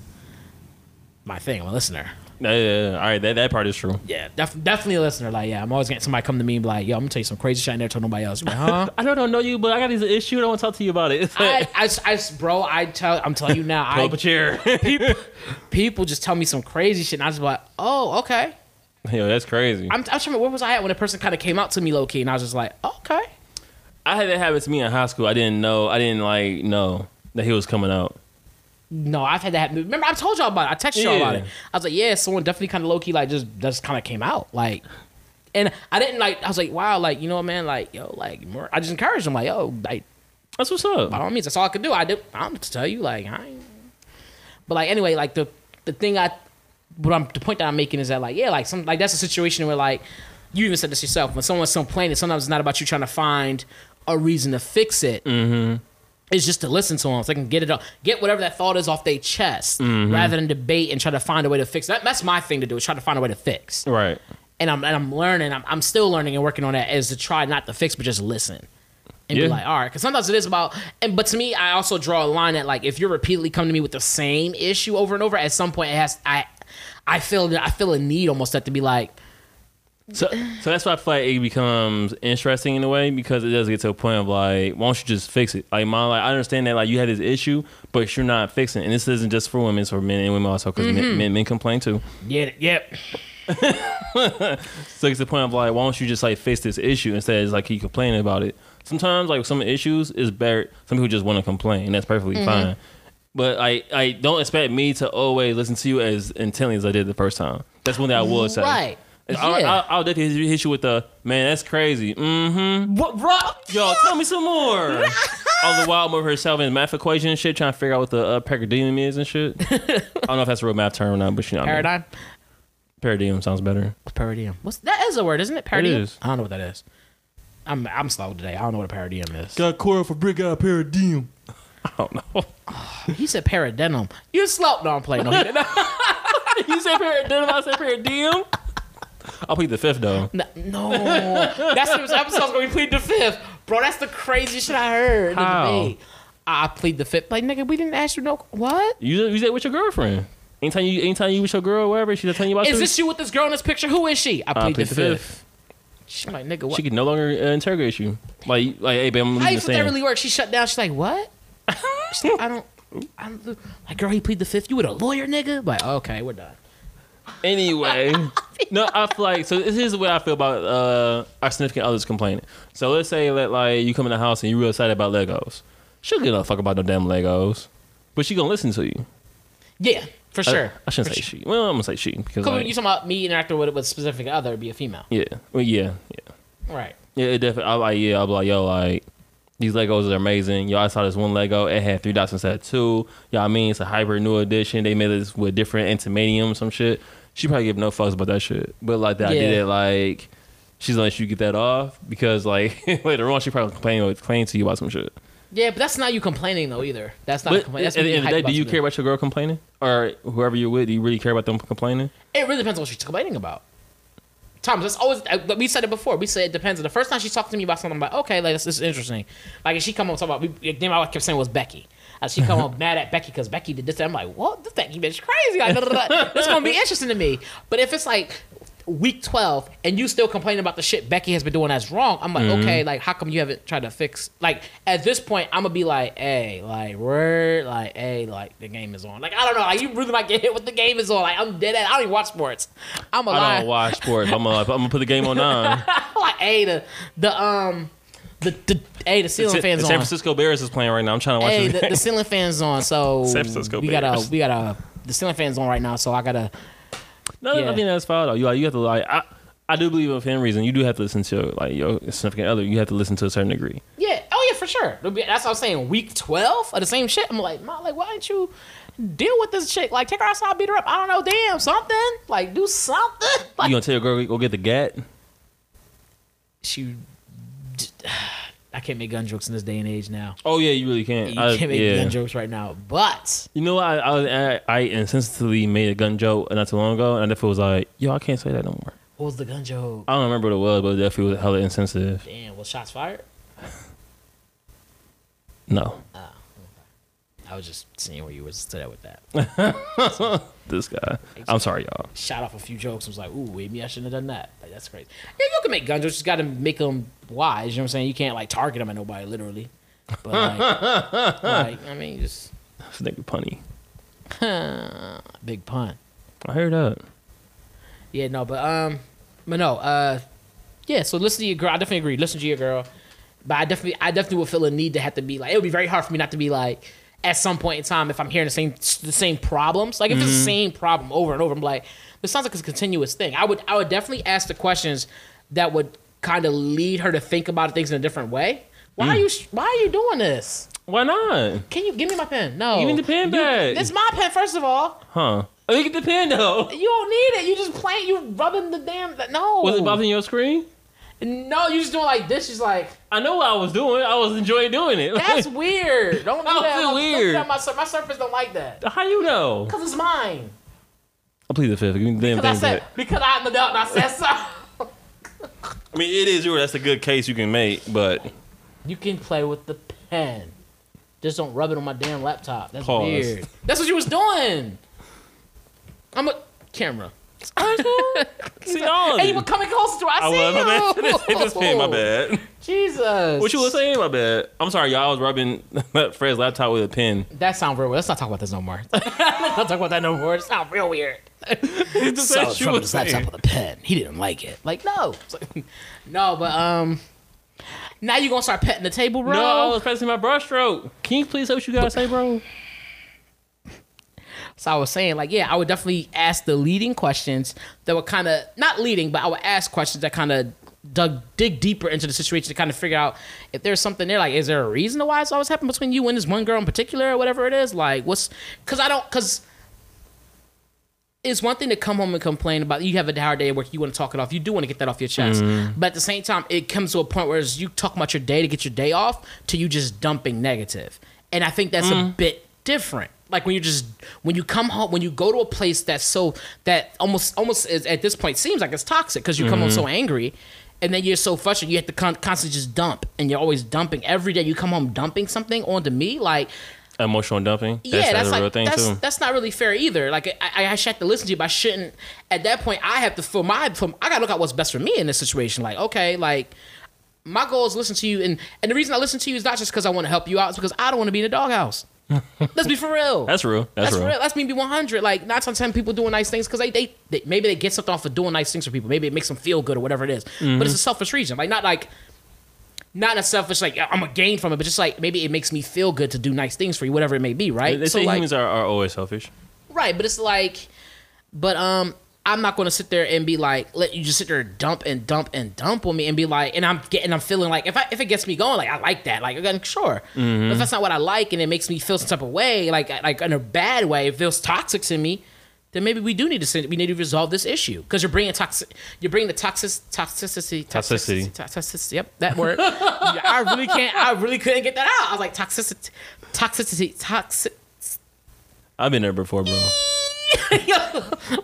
[SPEAKER 1] my thing. I'm a listener.
[SPEAKER 2] Yeah, yeah, yeah. All right, that, that part is true.
[SPEAKER 1] Yeah, def- definitely a listener. Like, yeah, I'm always getting somebody come to me and be like, yo, I'm gonna tell you some crazy shit I never told nobody else. I'm like, [LAUGHS] huh?
[SPEAKER 2] I don't, know you, but I got these issues. I want to talk to you about it. [LAUGHS]
[SPEAKER 1] I, I, I, bro, I tell, I'm telling you now,
[SPEAKER 2] Pull up a
[SPEAKER 1] I,
[SPEAKER 2] chair. [LAUGHS]
[SPEAKER 1] people just tell me some crazy shit, and I just be like, oh, okay.
[SPEAKER 2] Yo, that's crazy.
[SPEAKER 1] I'm, I'm trying to remember where was I at when a person kind of came out to me low key, and I was just like, okay.
[SPEAKER 2] I had that happen to me in high school. I didn't know. I didn't like know that he was coming out.
[SPEAKER 1] No, I've had that happen. Remember, I told y'all about it. I texted y'all about it.
[SPEAKER 2] Yeah.
[SPEAKER 1] I was like, yeah, someone definitely kind of low key, like, just, just kind of came out, like. And I didn't like. I was like, "Wow, like you know, what, man, like yo, like." More, I just encouraged him, like, "Yo, like
[SPEAKER 2] That's what's up.
[SPEAKER 1] by all means, that's all I could do. I do. I'm to tell you, like, I. Ain't. But like, anyway, like the the thing I, what I'm the point that I'm making is that like, yeah, like some like that's a situation where like, you even said this yourself when someone's complaining. Sometimes it's not about you trying to find a reason to fix it. Mm-hmm. It's just to listen to them so they can get it off, get whatever that thought is off their chest, rather than debate and try to find a way to fix. That that's my thing to do is try to find a way to fix
[SPEAKER 2] Right.
[SPEAKER 1] and I'm and I'm learning. I'm, I'm still learning and working on that is to try not to fix, but just listen and
[SPEAKER 2] Yeah.
[SPEAKER 1] be like, all right. Because sometimes it is about. And but to me, I also draw a line at like if you're repeatedly coming to me with the same issue over and over, at some point it has I I feel I feel a need almost that to be like,
[SPEAKER 2] So, so that's why I feel like it becomes interesting in a way because it does get to a point of like, why don't you just fix it? Like, mom, like I understand that like you had this issue, but you're not fixing. it. And this isn't just for women; it's for men and women also because
[SPEAKER 1] Mm-hmm.
[SPEAKER 2] men, men men complain too.
[SPEAKER 1] yeah, yep,
[SPEAKER 2] So it's the point of like, why don't you just like fix this issue instead of like you complaining about it? Sometimes like some issues is better. Some people just want to complain, and that's
[SPEAKER 1] Mm-hmm.
[SPEAKER 2] perfectly fine. But I I don't expect me to always listen to you as intently as I did the first time. That's one thing I will say.
[SPEAKER 1] Right.
[SPEAKER 2] I'll,
[SPEAKER 1] Yeah.
[SPEAKER 2] I'll, I'll definitely hit you with the man. That's crazy. Mm-hmm.
[SPEAKER 1] what, bro?
[SPEAKER 2] Yo, tell me
[SPEAKER 1] [LAUGHS]
[SPEAKER 2] some more. All the while, over herself in math equation and shit, trying to figure out what the uh, paradigm is and [LAUGHS] shit. I don't know if that's a real math term or not, but you know, what I mean.
[SPEAKER 1] Paradigm,
[SPEAKER 2] paradigm sounds better.
[SPEAKER 1] paradigm. What's that is a word, isn't it? Paradigm.
[SPEAKER 2] is.
[SPEAKER 1] I don't know what that is. I'm I'm slow today. I don't know what a paradigm is.
[SPEAKER 2] Got Cora for brick out paradigm. I don't know.
[SPEAKER 1] He said paradigm. You slow. No, I'm playing. No, he didn't.
[SPEAKER 2] [LAUGHS] you said paradigm, I said paradigm. I'll plead the fifth though.
[SPEAKER 1] No, no. that's what this episode's gonna be plead the fifth, bro. That's the craziest shit I heard. in the
[SPEAKER 2] How?
[SPEAKER 1] debate. I plead the fifth. Like nigga, we didn't ask you no. What
[SPEAKER 2] You you said with your girlfriend. Anytime you anytime you with your girl, wherever she's telling you about
[SPEAKER 1] is
[SPEAKER 2] you,
[SPEAKER 1] this? You with this girl in this picture? Who is she? I plead,
[SPEAKER 2] I
[SPEAKER 1] the, fifth. She like nigga. What?
[SPEAKER 2] She can no longer uh, interrogate you. Like like, hey, babe, I'm
[SPEAKER 1] How
[SPEAKER 2] leaving
[SPEAKER 1] you think
[SPEAKER 2] the
[SPEAKER 1] that
[SPEAKER 2] stand.
[SPEAKER 1] really works? She shut down. She's like, what? She's like, I don't. I'm like, girl, he plead the fifth. You with a lawyer, nigga? Like, okay, we're done. [LAUGHS]
[SPEAKER 2] Anyway, no, I feel like so. This is what I feel about uh, our significant others complaining. So let's say that like you come in the house and you're real excited about Legos. She'll give a fuck about no damn Legos, but she gonna listen to you.
[SPEAKER 1] Yeah, for
[SPEAKER 2] I-
[SPEAKER 1] sure.
[SPEAKER 2] I, shouldn't say she. Well, I'm gonna say she because
[SPEAKER 1] Come on,
[SPEAKER 2] Uh, like,
[SPEAKER 1] you talking about me interacting with with a specific other? It'd be a female,
[SPEAKER 2] yeah, well, yeah, yeah,
[SPEAKER 1] right?
[SPEAKER 2] yeah. It definitely. I like yeah. I'm like yo like. These Legos are amazing. Y'all I saw this one Lego. It had three dots instead of two. Y'all I mean it's a hybrid new edition. They made this with different antimanium, some shit. She probably give no fucks about that shit. But like the idea
[SPEAKER 1] Yeah.
[SPEAKER 2] that like she's gonna let you get that off because like [LAUGHS] later on she probably complain complain to you about some shit.
[SPEAKER 1] Yeah, but that's not you complaining though either. That's not. a
[SPEAKER 2] But
[SPEAKER 1] complaint.
[SPEAKER 2] at
[SPEAKER 1] That's
[SPEAKER 2] the
[SPEAKER 1] me
[SPEAKER 2] end of
[SPEAKER 1] being
[SPEAKER 2] the day,
[SPEAKER 1] hyped
[SPEAKER 2] do
[SPEAKER 1] about
[SPEAKER 2] you
[SPEAKER 1] something.
[SPEAKER 2] care about your girl complaining or whoever you're with? Do you really care about them complaining?
[SPEAKER 1] It really depends on what she's complaining about. Thomas, that's always uh, like we said it before. We said it depends. The first time she talked to me about something, I'm like, okay, like this, this is interesting. Like if she come up talk about we, the name I kept saying was Becky. As she
[SPEAKER 2] [LAUGHS]
[SPEAKER 1] come up mad at Becky because Becky did this, and I'm like, what? This Becky bitch crazy. Like, da, da, da. this gonna be
[SPEAKER 2] [LAUGHS]
[SPEAKER 1] interesting to me. But if it's like week 12 and you still complaining about the shit Becky has been doing that's wrong, I'm like, okay,
[SPEAKER 2] Mm-hmm.
[SPEAKER 1] like how come you haven't tried to fix? Like at this point, I'm gonna be like, hey, like word, like hey, like the game is on. Like I don't know, like you really might get hit with the game is on. Like I'm dead at. I don't even watch sports. I'm a
[SPEAKER 2] I
[SPEAKER 1] liar.
[SPEAKER 2] don't watch sports. I'm gonna, I'm gonna put the game
[SPEAKER 1] [LAUGHS]
[SPEAKER 2] on nine.
[SPEAKER 1] like hey, the the um the the hey the ceiling
[SPEAKER 2] San
[SPEAKER 1] fans
[SPEAKER 2] San
[SPEAKER 1] on.
[SPEAKER 2] Francisco Bears is playing right now. I'm trying to watch
[SPEAKER 1] Hey,
[SPEAKER 2] this
[SPEAKER 1] the,
[SPEAKER 2] game.
[SPEAKER 1] the ceiling fans on. So
[SPEAKER 2] [LAUGHS] San Francisco
[SPEAKER 1] we gotta
[SPEAKER 2] Bears.
[SPEAKER 1] we gotta the ceiling fans on right now. So I gotta
[SPEAKER 2] No,
[SPEAKER 1] Yeah.
[SPEAKER 2] I think that's fine though. You like you have to like I, I do believe for any reason you do have to listen to like your significant other. You have to listen to a certain degree.
[SPEAKER 1] yeah oh yeah for sure. It'll be- That's what I'm saying. Week twelve of the same shit. I'm like Ma, like why don't you deal with this chick? Like take her outside, beat her up. I don't know. Damn something. Like do something. [LAUGHS] Like
[SPEAKER 2] You gonna tell your girl go get the gat?
[SPEAKER 1] she. [SIGHS] I can't make gun jokes in this day and age now.
[SPEAKER 2] Oh yeah, you really can't.
[SPEAKER 1] You
[SPEAKER 2] I-
[SPEAKER 1] can't make
[SPEAKER 2] yeah.
[SPEAKER 1] gun jokes right now. But
[SPEAKER 2] You know what? I, I I I insensitively made a gun joke not too long ago, and I definitely was like, yo, I can't say that no more.
[SPEAKER 1] what was the gun joke?
[SPEAKER 2] I don't remember what it was, but it definitely was hella insensitive.
[SPEAKER 1] Damn, was shots fired?
[SPEAKER 2] No,
[SPEAKER 1] I was just seeing where you was today with that. [LAUGHS]
[SPEAKER 2] this guy. I'm sorry, y'all.
[SPEAKER 1] Shot off a few jokes. I was like, ooh, maybe I shouldn't have done that. Like, that's crazy. Yeah, you can make gun jokes. You just got to make them wise. You know what I'm saying? You can't like target them at nobody, literally. But like, like I mean, just
[SPEAKER 2] This nigga punny.
[SPEAKER 1] big pun.
[SPEAKER 2] I heard that.
[SPEAKER 1] Yeah, no, but um, but no, uh, yeah. So listen to your girl. I definitely agree. Listen to your girl. But I definitely, I definitely would feel a need to have to be like. It would be very hard for me not to be like. At some point in time, if I'm hearing the same the same problems, like if
[SPEAKER 2] Mm-hmm.
[SPEAKER 1] it's the same problem over and over, I'm like, this sounds like a continuous thing. I would I would definitely ask the questions that would kind of lead her to think about things in a different way. Why
[SPEAKER 2] Mm.
[SPEAKER 1] are you Why are you doing this?
[SPEAKER 2] Why not?
[SPEAKER 1] Can you give me my pen? No,
[SPEAKER 2] Give me the pen back.
[SPEAKER 1] It's my pen, first of all.
[SPEAKER 2] Huh? Oh, you get the pen though.
[SPEAKER 1] You don't need it. You just playing. You rubbing the damn. No.
[SPEAKER 2] Was it bothering your screen?
[SPEAKER 1] No, you just doing like this. She's like,
[SPEAKER 2] I know what I was doing. I was enjoying doing it. [LAUGHS]
[SPEAKER 1] that's weird. Don't do
[SPEAKER 2] How
[SPEAKER 1] that.
[SPEAKER 2] is it
[SPEAKER 1] Don't do
[SPEAKER 2] weird?
[SPEAKER 1] that. My, sur- my surface don't like that.
[SPEAKER 2] How you know?
[SPEAKER 1] Because it's mine.
[SPEAKER 2] I plead the fifth. Give me the damn
[SPEAKER 1] Because I
[SPEAKER 2] thing
[SPEAKER 1] said,
[SPEAKER 2] back.
[SPEAKER 1] because I'm an adult and I said so.
[SPEAKER 2] I mean, it is your. That's a good case you can make, but
[SPEAKER 1] you can play with the pen. Just don't rub it on my damn laptop. That's
[SPEAKER 2] Pause.
[SPEAKER 1] weird. That's what you was doing. I'm a
[SPEAKER 2] [LAUGHS]
[SPEAKER 1] camera.
[SPEAKER 2] see all of
[SPEAKER 1] Hey, you
[SPEAKER 2] it.
[SPEAKER 1] were coming closer to it. I,
[SPEAKER 2] I
[SPEAKER 1] see
[SPEAKER 2] [LAUGHS] was my
[SPEAKER 1] you.
[SPEAKER 2] bad. It just been
[SPEAKER 1] [LAUGHS]
[SPEAKER 2] my bad.
[SPEAKER 1] Jesus.
[SPEAKER 2] What you was saying? My bad. I'm sorry, y'all. I was rubbing [LAUGHS] Fred's laptop with
[SPEAKER 1] [LAUGHS]
[SPEAKER 2] a pen.
[SPEAKER 1] That sounds real weird. Let's not talk about this no more. [LAUGHS] Let's not talk about that no more. It sounds real weird.
[SPEAKER 2] That's
[SPEAKER 1] So
[SPEAKER 2] what you
[SPEAKER 1] Trump just
[SPEAKER 2] was
[SPEAKER 1] slaps
[SPEAKER 2] saying.
[SPEAKER 1] up with a pen. He didn't like it. Like no, It's like, [LAUGHS] no. But um, now you gonna start petting the table, bro?
[SPEAKER 2] No, I was pressing my brush stroke. Can you please say what you gotta say, bro?
[SPEAKER 1] So I was saying, like, yeah, I would definitely ask the leading questions that were kind of not leading, but I would ask questions that kind of dug dig deeper into the situation to kind of figure out if there's something there. Like, is there a reason why it's always happened between you and this one girl in particular, or whatever it is? Like, what's because I don't because. It's one thing to come home and complain about you have a hard day at work, you want to talk it off, you do want to get that off your chest. But at the same time, it comes to a point where it's you talk about your day to get your day off to you just dumping negative. And I think that's a bit different. Like when you just when you come home when you go to a place that's so that almost almost is, at this point seems like it's toxic because you come home so angry and then you're so frustrated you have to con- constantly just dump and you're always dumping every day you come home dumping something onto me like
[SPEAKER 2] Emotional dumping. That's,
[SPEAKER 1] yeah,
[SPEAKER 2] that's
[SPEAKER 1] that's
[SPEAKER 2] a
[SPEAKER 1] like
[SPEAKER 2] real thing
[SPEAKER 1] that's
[SPEAKER 2] too.
[SPEAKER 1] that's not really fair either. Like I, I, I should have to listen to you, but I shouldn't. At that point, I have to for my for, I gotta look out what's best for me in this situation. Like okay, like my goal is to listen to you, and and the reason I listen to you is not just because I want to help you out, it's because I don't want to be in a
[SPEAKER 2] [LAUGHS]
[SPEAKER 1] doghouse. Let's be for real.
[SPEAKER 2] That's real. That's,
[SPEAKER 1] That's
[SPEAKER 2] real.
[SPEAKER 1] real. That's me be 100. Like, nine times 10 people doing nice things because they, they, they, maybe they get something off of doing nice things for people. Maybe it makes them feel good or whatever it is.
[SPEAKER 2] Mm-hmm.
[SPEAKER 1] But it's a selfish reason. Like, not like, not in a selfish, like, I'm a gain from it, but just like, maybe it makes me feel good to do nice things for you, whatever it may be, right?
[SPEAKER 2] They say
[SPEAKER 1] like,
[SPEAKER 2] humans are, are always selfish.
[SPEAKER 1] Right, but it's like, but um, I'm not gonna sit there and be like, let you just sit there and dump and dump and dump on me and be like, and I'm getting, I'm feeling like if I if it gets me going, like I like that, like again, sure. But if that's not what I like and it makes me feel some type of way, like like in a bad way, it feels toxic to me. Then maybe we do need to sit, we need to resolve this issue because you're bringing toxic, you're bringing the toxic toxicity
[SPEAKER 2] Toxicity.
[SPEAKER 1] toxicity. Yep, that word. [LAUGHS] Yeah, I
[SPEAKER 2] [LAUGHS]
[SPEAKER 1] really can't. I really couldn't get that out. I was like toxicity, toxicity, toxic.
[SPEAKER 2] I've been there before, bro.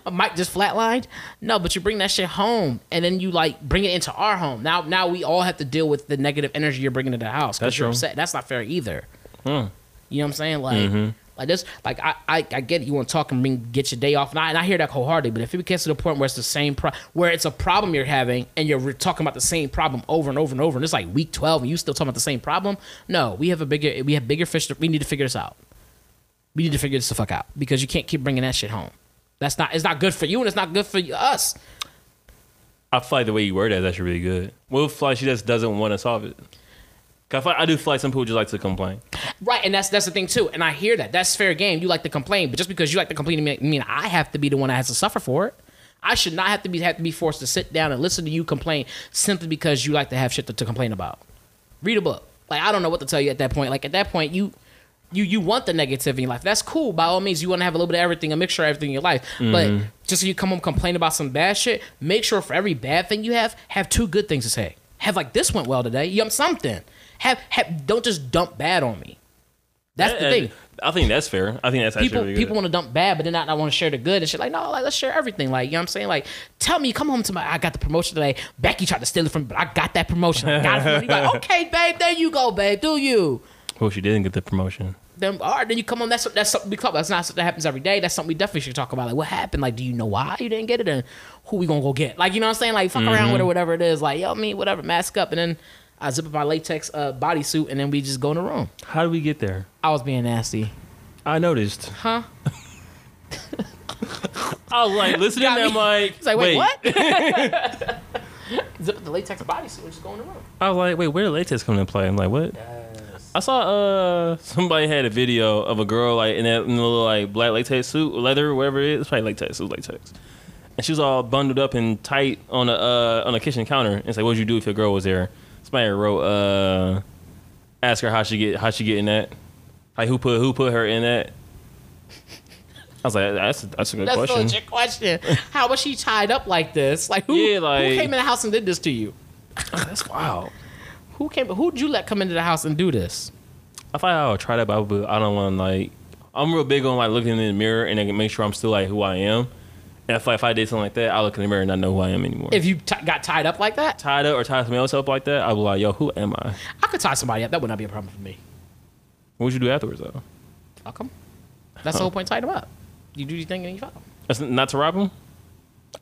[SPEAKER 1] My mic just flatlined. No, but you bring that shit home, and then you like bring it into our home. Now, now we all have to deal with the negative energy you're bringing to the house because
[SPEAKER 2] That's
[SPEAKER 1] you're
[SPEAKER 2] true. Hmm.
[SPEAKER 1] upset. That's not fair either. You know what I'm saying? Like,
[SPEAKER 2] Mm-hmm.
[SPEAKER 1] like this, like I, I, I get it. you want to talk and bring, get your day off, and I, and I hear that wholeheartedly. But if it gets to the point where it's the same pro, where it's a problem you're having, and you're re- talking about the same problem over and over and over, and it's like week twelve, and you still talking about the same problem. No, we have a bigger, we have bigger fish. To, we need to figure this out. We need to figure this the fuck out because you can't keep bringing that shit home. That's not, it's not good for you, and it's not good for you- us.
[SPEAKER 2] I feel like the way you word that is actually really good. Well, feel like she just doesn't want to solve it. 'Cause I, feel like- I do feel like some people just like to complain.
[SPEAKER 1] Right, and that's that's the thing too. And I hear that. That's fair game. You like to complain, but just because you like to complain, I mean, I have to be the one that has to suffer for it. I should not have to be have to be forced to sit down and listen to you complain simply because you like to have shit to, to complain about. Read a book. Like I don't know what to tell you at that point. Like at that point, you you you want the negativity in your life. That's cool. By all means, you want to have a little bit of everything, a mixture of everything in your life. But just so you come home complain about some bad shit, make sure for every bad thing you have, have two good things to say. Have like this went well today. You know, something. Have, have don't just dump bad on me. That's the
[SPEAKER 2] And
[SPEAKER 1] thing.
[SPEAKER 2] I think that's fair. I think that's actually
[SPEAKER 1] People
[SPEAKER 2] really good.
[SPEAKER 1] people want to dump bad, but then not, not want to share the good and shit. Like no, like let's share everything. Like you know what I'm saying. Like tell me, come home to my. I got the promotion today. Becky tried to steal it from me, but I got that promotion. I got it from you. Like okay, babe, there you go, babe. Do you?
[SPEAKER 2] well, she didn't get the promotion.
[SPEAKER 1] then all right, then you come on. That's that's something we talk about. That's not something that happens every day. That's something we definitely should talk about. Like what happened? Like do you know why you didn't get it? And who we gonna go get? Like you know what I'm saying? Like fuck around with it, whatever it is. Like yo, me whatever. Mask up, and then I zip up my latex uh, bodysuit, and then we just go in the room.
[SPEAKER 2] How do we get there?
[SPEAKER 1] I was being nasty,
[SPEAKER 2] I noticed.
[SPEAKER 1] huh?
[SPEAKER 2] [LAUGHS] I was like listening
[SPEAKER 1] Got
[SPEAKER 2] to
[SPEAKER 1] me.
[SPEAKER 2] him like,
[SPEAKER 1] It's like wait, what? zip up [LAUGHS] the latex bodysuit and just go in the room.
[SPEAKER 2] I was like, wait, where did latex come into play? I'm like, what? I saw uh [LAUGHS] somebody had a video of a girl like in that in a little like black latex suit, leather, whatever it is. It's probably latex, it was latex. And she was all bundled up and tight on a uh, on a kitchen counter. And it's like, what'd you do if your girl was there? Somebody wrote, uh, ask her how she get how she get in that. Like who put who put her in that? I was like, that's a, that's a good
[SPEAKER 1] That's a
[SPEAKER 2] question.
[SPEAKER 1] legit
[SPEAKER 2] [LAUGHS]
[SPEAKER 1] question. How was she tied up like this? Like who?
[SPEAKER 2] Yeah, like-
[SPEAKER 1] who came in the house and did this to you?
[SPEAKER 2] [LAUGHS] That's wow.
[SPEAKER 1] Who came? Who'd you let come into the house and do this?
[SPEAKER 2] I thought I would try that, but I would- I don't want to like. I'm real big on like looking in the mirror and I can make sure I'm still like who I am. And if, I- if I did something like that, I look in the mirror and I know who I am anymore.
[SPEAKER 1] If you t- got tied up like that,
[SPEAKER 2] tied up or tied somebody else up like that, I'd be like, yo, who am I?
[SPEAKER 1] I could tie somebody up. That would not be a problem for me.
[SPEAKER 2] What would you do afterwards though?
[SPEAKER 1] Fuck 'em. That's the whole point. Tie them up. You do your thing and you fuck 'em.
[SPEAKER 2] That's n- not to rob him?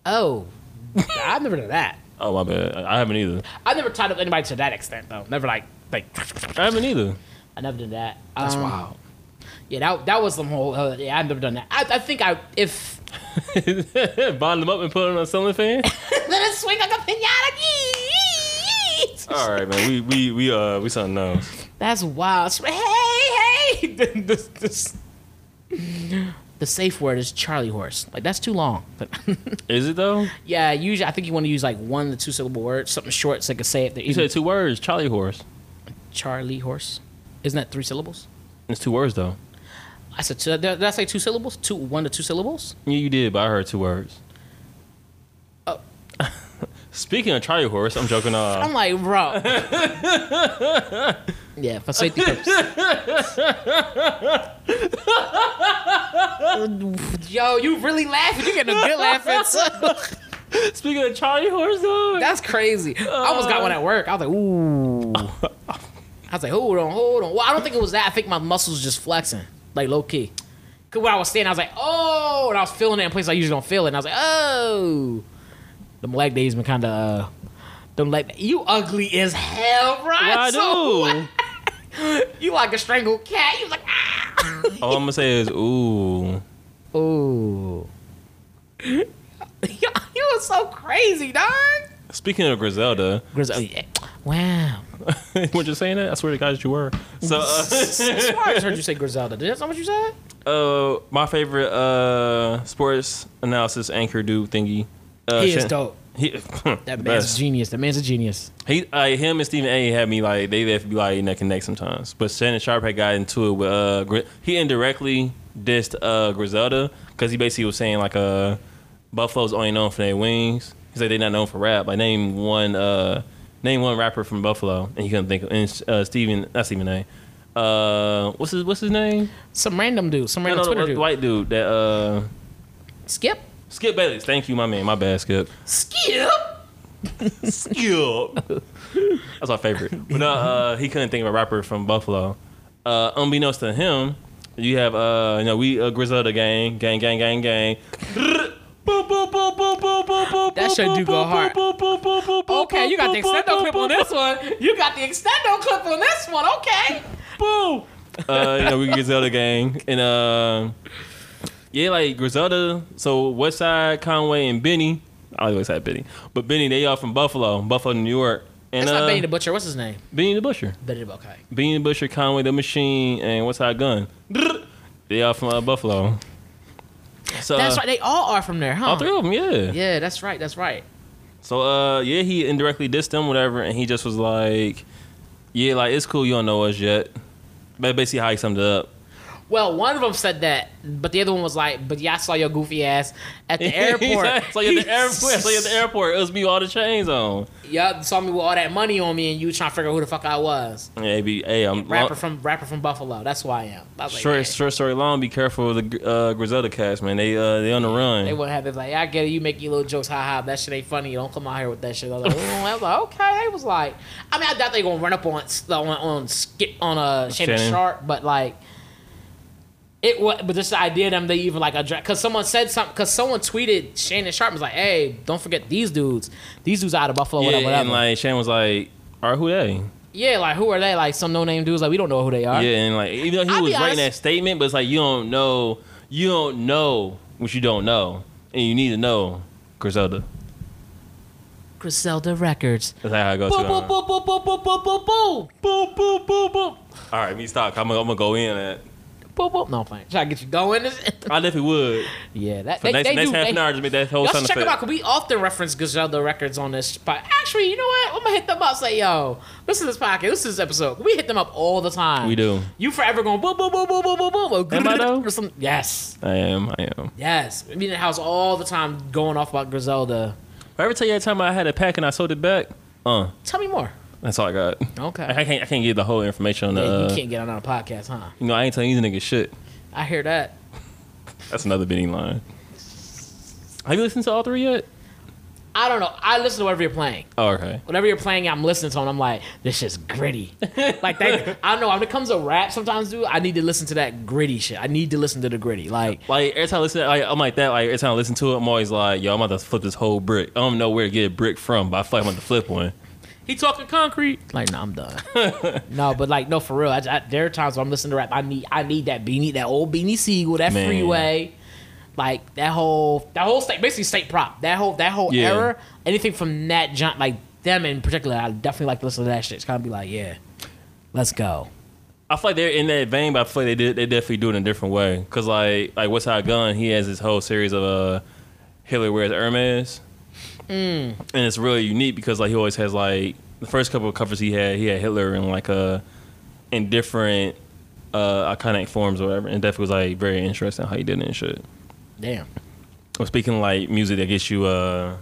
[SPEAKER 1] Oh, [LAUGHS] I've never done that.
[SPEAKER 2] Oh my bad, I I haven't either.
[SPEAKER 1] I've never tied up anybody to that extent though. Never like like.
[SPEAKER 2] I haven't either. [LAUGHS]
[SPEAKER 1] I never did that. That's wild. Yeah, that that was some whole. Uh, yeah, I've never done that. I, I think I if [LAUGHS]
[SPEAKER 2] Bond him up and put him on a ceiling fan.
[SPEAKER 1] let it swing like a pinata.
[SPEAKER 2] All right, man. We we we uh we something else.
[SPEAKER 1] That's wild. Hey, hey. [LAUGHS] this, this, the safe word is Charlie horse. Like that's too long.
[SPEAKER 2] Is it though? You
[SPEAKER 1] [LAUGHS] Yeah, usually I think you want to use like one to two syllable words, something short so I can say it. You
[SPEAKER 2] said two words. Charlie horse.
[SPEAKER 1] Charlie horse. Isn't that three syllables?
[SPEAKER 2] It's two words though.
[SPEAKER 1] I said, two, did I say two syllables? Two, one to two syllables?
[SPEAKER 2] Yeah, you did, but I heard two words.
[SPEAKER 1] Oh.
[SPEAKER 2] [LAUGHS] Speaking of Charlie horse, I'm joking.
[SPEAKER 1] I'm
[SPEAKER 2] Uh,
[SPEAKER 1] like, bro. [LAUGHS] yeah, for safety purposes. [LAUGHS] Yo, you really laughing? You getting a good laugh [LAUGHS] at too.
[SPEAKER 2] [LAUGHS] speaking of Charlie horse, though.
[SPEAKER 1] That's crazy. I almost got one at work. I was like, ooh. I was like, hold on, hold on. Well, I don't think it was that. I think my muscles just flexing, like low key. Cause when I was standing, I was like, oh, and I was feeling it in places I usually don't feel it. And I was like, oh, them leg days been kind of, uh, them leg. You ugly as hell, right?
[SPEAKER 2] I do.
[SPEAKER 1] You like a strangled cat. You like ah.
[SPEAKER 2] All I'm gonna say is ooh.
[SPEAKER 1] Ooh. [LAUGHS] you was so crazy, dog.
[SPEAKER 2] Speaking of Griselda, [LAUGHS]
[SPEAKER 1] Grizzle, yeah. Wow.
[SPEAKER 2] weren't you saying that? I swear to God that you were. So,
[SPEAKER 1] That's why I just heard you say Griselda. Did that not what you said?
[SPEAKER 2] uh, [LAUGHS] uh, my favorite uh sports analysis anchor dude thingy. Uh,
[SPEAKER 1] He is
[SPEAKER 2] Shan-
[SPEAKER 1] dope.
[SPEAKER 2] He, [LAUGHS]
[SPEAKER 1] That
[SPEAKER 2] the
[SPEAKER 1] man's
[SPEAKER 2] best.
[SPEAKER 1] a genius. That man's a genius.
[SPEAKER 2] He, like, him and Stephen A. had me like they have to be like in that connect sometimes. But Shannon Sharp had got into it with uh, Gri- he indirectly dissed uh Griselda because he basically was saying like uh Buffalo's only known for their wings. He said they're not known for rap. Like name one uh name one rapper from Buffalo, and he couldn't think. of And uh, Stephen, not Stephen A. Uh, what's his what's his name?
[SPEAKER 1] Some random dude. Some random
[SPEAKER 2] No, no,
[SPEAKER 1] Twitter
[SPEAKER 2] the
[SPEAKER 1] dude.
[SPEAKER 2] white dude that uh
[SPEAKER 1] Skip?
[SPEAKER 2] Skip Bayless. Thank you, my man. My bad, Skip.
[SPEAKER 1] Skip?
[SPEAKER 2] Skip. That's my favorite. But no, uh, he couldn't think of a rapper from Buffalo. Uh, unbeknownst to him, you have uh, you know we uh, Griselda gang, gang, gang, gang, gang. That
[SPEAKER 1] That shit do go hard. Okay, you got the extendo clip on this one. You got the extendo clip on this one. Okay.
[SPEAKER 2] Boo. Uh, you know we Griselda gang and uh, yeah, like Griselda. So Westside Conway and Benny. I always had Benny, but Benny they all from Buffalo, Buffalo, New York. And
[SPEAKER 1] That's
[SPEAKER 2] uh,
[SPEAKER 1] not Benny the Butcher. What's his name?
[SPEAKER 2] Benny the Butcher.
[SPEAKER 1] Benny the Okay.
[SPEAKER 2] Beanie the Butcher, Conway the Machine, and what's our gun? They all from uh, Buffalo. So
[SPEAKER 1] That's
[SPEAKER 2] uh,
[SPEAKER 1] right. They all are from there, huh?
[SPEAKER 2] All three of them, yeah.
[SPEAKER 1] Yeah, that's right. That's right.
[SPEAKER 2] So uh, yeah, he indirectly dissed them, whatever, and he just was like, "Yeah, like it's cool, you don't know us yet." But basically, how he summed it up.
[SPEAKER 1] Well, one of them said that, but the other one was like, "But yeah, I saw your goofy ass at
[SPEAKER 2] [LAUGHS]
[SPEAKER 1] the airport.
[SPEAKER 2] it's like
[SPEAKER 1] [LAUGHS]
[SPEAKER 2] at the airport. It's like at the airport. It was me with all the chains on.
[SPEAKER 1] Y'all saw me with all that money on me, and you trying to figure out who the fuck I was.
[SPEAKER 2] Yeah, it be, hey, I'm
[SPEAKER 1] Rapper from rapper from Buffalo. That's who I am. I was like,
[SPEAKER 2] short,
[SPEAKER 1] "Man."
[SPEAKER 2] short story long. Be careful with the uh, Griselda cast, man. They uh, they on the run.
[SPEAKER 1] They wouldn't have it like, I get it, you make your little jokes, ha ha, that shit ain't funny. Don't come out here with that shit. I
[SPEAKER 2] [LAUGHS]
[SPEAKER 1] was like, "Ooh," I was like okay. They was like, I mean, I doubt they gonna run up on on on skip on uh, Shannon,
[SPEAKER 2] Shannon.
[SPEAKER 1] Sharp, but like, it was. But just the idea of them, they even like address because someone said something because someone tweeted Shannon Sharp was like, hey, don't forget these dudes. These dudes out of Buffalo,
[SPEAKER 2] yeah,
[SPEAKER 1] whatever, whatever.
[SPEAKER 2] and like Shane was like, "Are who they?"
[SPEAKER 1] yeah, like who are they? Like some no name dudes. Like we don't know who they are.
[SPEAKER 2] Yeah, and like even though he
[SPEAKER 1] I'll be
[SPEAKER 2] was writing
[SPEAKER 1] honest-
[SPEAKER 2] that statement, but it's like you don't know, you don't know what you don't know, and you need to know Griselda.
[SPEAKER 1] Griselda Records.
[SPEAKER 2] That's how I go.
[SPEAKER 1] Boo
[SPEAKER 2] to
[SPEAKER 1] boo
[SPEAKER 2] it.
[SPEAKER 1] boo boo boo boo boo boo boo boo boo boo boo.
[SPEAKER 2] All right, me stop. I'm gonna, I'm gonna go in. At,
[SPEAKER 1] Boop, boop. No, I'm playing. Try to get you going. [LAUGHS]
[SPEAKER 2] I definitely would.
[SPEAKER 1] yeah, that
[SPEAKER 2] For
[SPEAKER 1] they,
[SPEAKER 2] next,
[SPEAKER 1] they
[SPEAKER 2] next
[SPEAKER 1] do.
[SPEAKER 2] half
[SPEAKER 1] they,
[SPEAKER 2] an hour, just make that whole
[SPEAKER 1] y'all
[SPEAKER 2] sound
[SPEAKER 1] should check them out
[SPEAKER 2] effect.
[SPEAKER 1] 'cause we often reference Griselda Records on this spot. Actually, you know what? I'm gonna hit them up. Say, yo, listen to this podcast. This is this episode. We hit them up all the time.
[SPEAKER 2] We do.
[SPEAKER 1] You forever going boom boom boom boom boom boom boom. boom.
[SPEAKER 2] Am I though?
[SPEAKER 1] Or some- Yes,
[SPEAKER 2] I am. I am.
[SPEAKER 1] yes. We in the house all the time going off about Griselda.
[SPEAKER 2] If I ever tell you that time I had a pack and I sold it back, uh,
[SPEAKER 1] Tell me more.
[SPEAKER 2] that's all I got. I
[SPEAKER 1] Okay.
[SPEAKER 2] I can't. I can't get the whole information on the.
[SPEAKER 1] Yeah,
[SPEAKER 2] uh,
[SPEAKER 1] you can't get on our podcast, huh?
[SPEAKER 2] you know, I ain't telling these niggas shit.
[SPEAKER 1] I hear that.
[SPEAKER 2] That's another bidding line. Have you listened to all three yet?
[SPEAKER 1] I don't know. I listen to whatever you're playing.
[SPEAKER 2] Oh, okay.
[SPEAKER 1] whenever you're playing, I'm listening to them. I'm like, this shit's [LAUGHS] gritty. like that. I don't know. When it comes to rap, sometimes, dude, I need to listen to that gritty shit. I need to listen to the gritty. Like,
[SPEAKER 2] Like every time I listen, to, like I'm like that. Like every time I listen to it, I'm always like, "Yo, I'm about to flip this whole brick. I don't know where to get a brick from, but I feel like I'm about to flip one."
[SPEAKER 1] he talking concrete. Like, no, I'm [LAUGHS] done. no, but like, no, for real. I, I, there are times when I'm listening to rap. I need, I need that beanie, that old beanie Siegel, that
[SPEAKER 2] Man.
[SPEAKER 1] freeway. Like that whole, that whole state, basically state prop. That whole, that whole
[SPEAKER 2] Yeah.
[SPEAKER 1] era. Anything from that jump, like them in particular, I definitely like to listen to that shit. It's kind of be like, yeah, let's go.
[SPEAKER 2] I feel like they're in that vein, but I feel like they did, they definitely do it in a different way. Cause like like West Side Gun, he has this whole series of uh, Hillary wears Hermes, and it's really unique because like he always has like the first couple of covers he had, he had Hitler in like uh in different uh iconic forms or whatever, and definitely was like very interesting how he did it and shit.
[SPEAKER 1] Damn.
[SPEAKER 2] Well, speaking of, like music that gets you uh,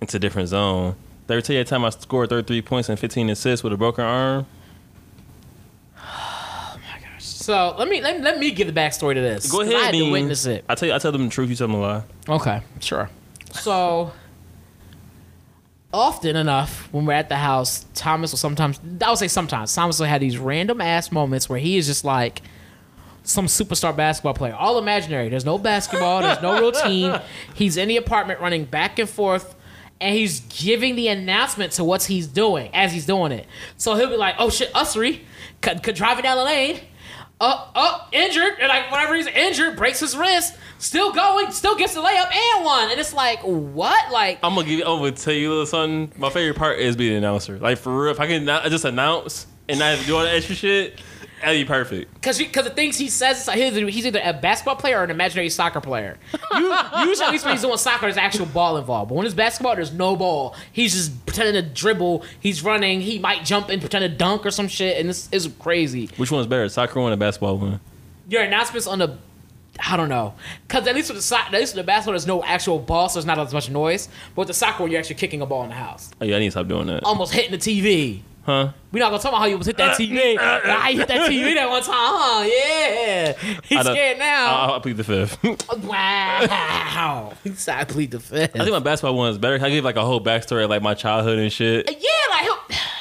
[SPEAKER 2] into a different zone, they were tell you that time I scored 33 points and 15 assists with a broken arm.
[SPEAKER 1] So let me let, let me give the backstory to this.
[SPEAKER 2] Go
[SPEAKER 1] 'cause
[SPEAKER 2] ahead,
[SPEAKER 1] I had to
[SPEAKER 2] Bean.
[SPEAKER 1] witness it.
[SPEAKER 2] I tell you, I tell them the truth. You tell them a lie.
[SPEAKER 1] Okay, sure. So often enough, when we're at the house, Thomas will sometimes I would say sometimes Thomas will have these random ass moments where he is just like some superstar basketball player, all imaginary. There's no basketball. There's no real
[SPEAKER 2] [LAUGHS]
[SPEAKER 1] team. He's in the apartment running back and forth. And he's giving the announcement to what he's doing as he's doing it. So he'll be like, "Oh shit, Usry, could, could driving down the lane, up, up, injured, and like whatever he's injured, breaks his wrist, still going, still gets the layup and one. And it's like, what? Like,
[SPEAKER 2] I'm gonna give. You, I'm gonna tell you a little something. My favorite part is being an announcer. Like for real, if I can not, just announce and not have to do all that extra shit, that'd be perfect.
[SPEAKER 1] Cause, you, Cause the things he says, it's like he's either, he's either a basketball player or an imaginary soccer player. You, usually, at least when he's doing soccer, there's actual ball involved. But when it's basketball, there's no ball. He's just pretending to dribble. He's running. He might jump and pretend to dunk or some shit. And this is crazy.
[SPEAKER 2] Which one's better, soccer one or basketball one?
[SPEAKER 1] Your announcements on the, I don't know. Cause at least with the soc- at least with the basketball, there's no actual ball, so there's not as much noise. But with the soccer, you're actually kicking a ball in the house, Um,
[SPEAKER 2] Oh yeah, I need to stop doing that.
[SPEAKER 1] almost hitting the TV.
[SPEAKER 2] Huh?
[SPEAKER 1] We're not gonna talk about how you was hit that TV.
[SPEAKER 2] Uh,
[SPEAKER 1] I hit that TV that one time, huh? Yeah. He's
[SPEAKER 2] I don't- uh,
[SPEAKER 1] scared now.
[SPEAKER 2] I, I plead the fifth. [LAUGHS] I think
[SPEAKER 1] [LAUGHS] wow. He's I plead the fifth. Uh, Yeah,
[SPEAKER 2] my basketball one is better. I give like a whole backstory, like my childhood and shit.
[SPEAKER 1] like he'll-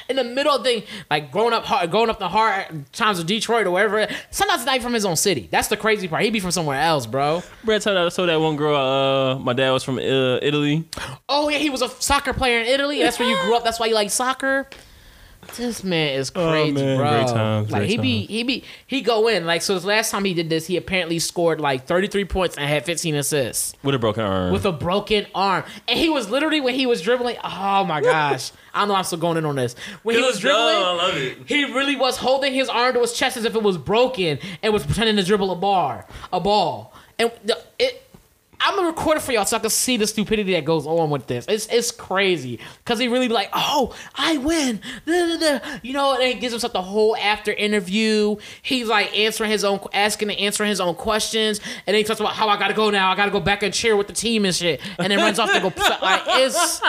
[SPEAKER 1] in the middle of thing, like growing up hard, growing up the hard times of Detroit or wherever. Sometimes it's not even from his own city. That's the crazy part. He'd be from somewhere else, bro.
[SPEAKER 2] Brad told I saw that one girl. Uh, my dad was from uh, Italy.
[SPEAKER 1] Oh yeah, he was a soccer player in Italy. That's where you grew up. That's why you like soccer. This man is crazy,
[SPEAKER 2] Oh, man.
[SPEAKER 1] bro.
[SPEAKER 2] Great times,
[SPEAKER 1] like
[SPEAKER 2] great
[SPEAKER 1] he be he be he go in like so. His last time he did this, he apparently scored like thirty three points and had fifteen assists
[SPEAKER 2] With a broken arm.
[SPEAKER 1] with a broken arm. And he was literally when he was dribbling. Oh my gosh, I know I'm still going in on this. When he
[SPEAKER 2] It
[SPEAKER 1] was
[SPEAKER 2] was dumb,
[SPEAKER 1] dribbling,
[SPEAKER 2] I love it.
[SPEAKER 1] he really was holding his arm to his chest as if it was broken and was pretending to dribble a bar, a ball. And the, it, I'm gonna record it for y'all so I can see the stupidity that goes on with this. It's it's crazy because he really be like, oh, I win, da, da, da. you know, and he gives himself the whole after interview. He's like answering his own, asking and answering his own questions, and then he talks about how I gotta go now, I gotta go back and cheer with the team and shit, and then runs off
[SPEAKER 2] [LAUGHS]
[SPEAKER 1] to go. Like it's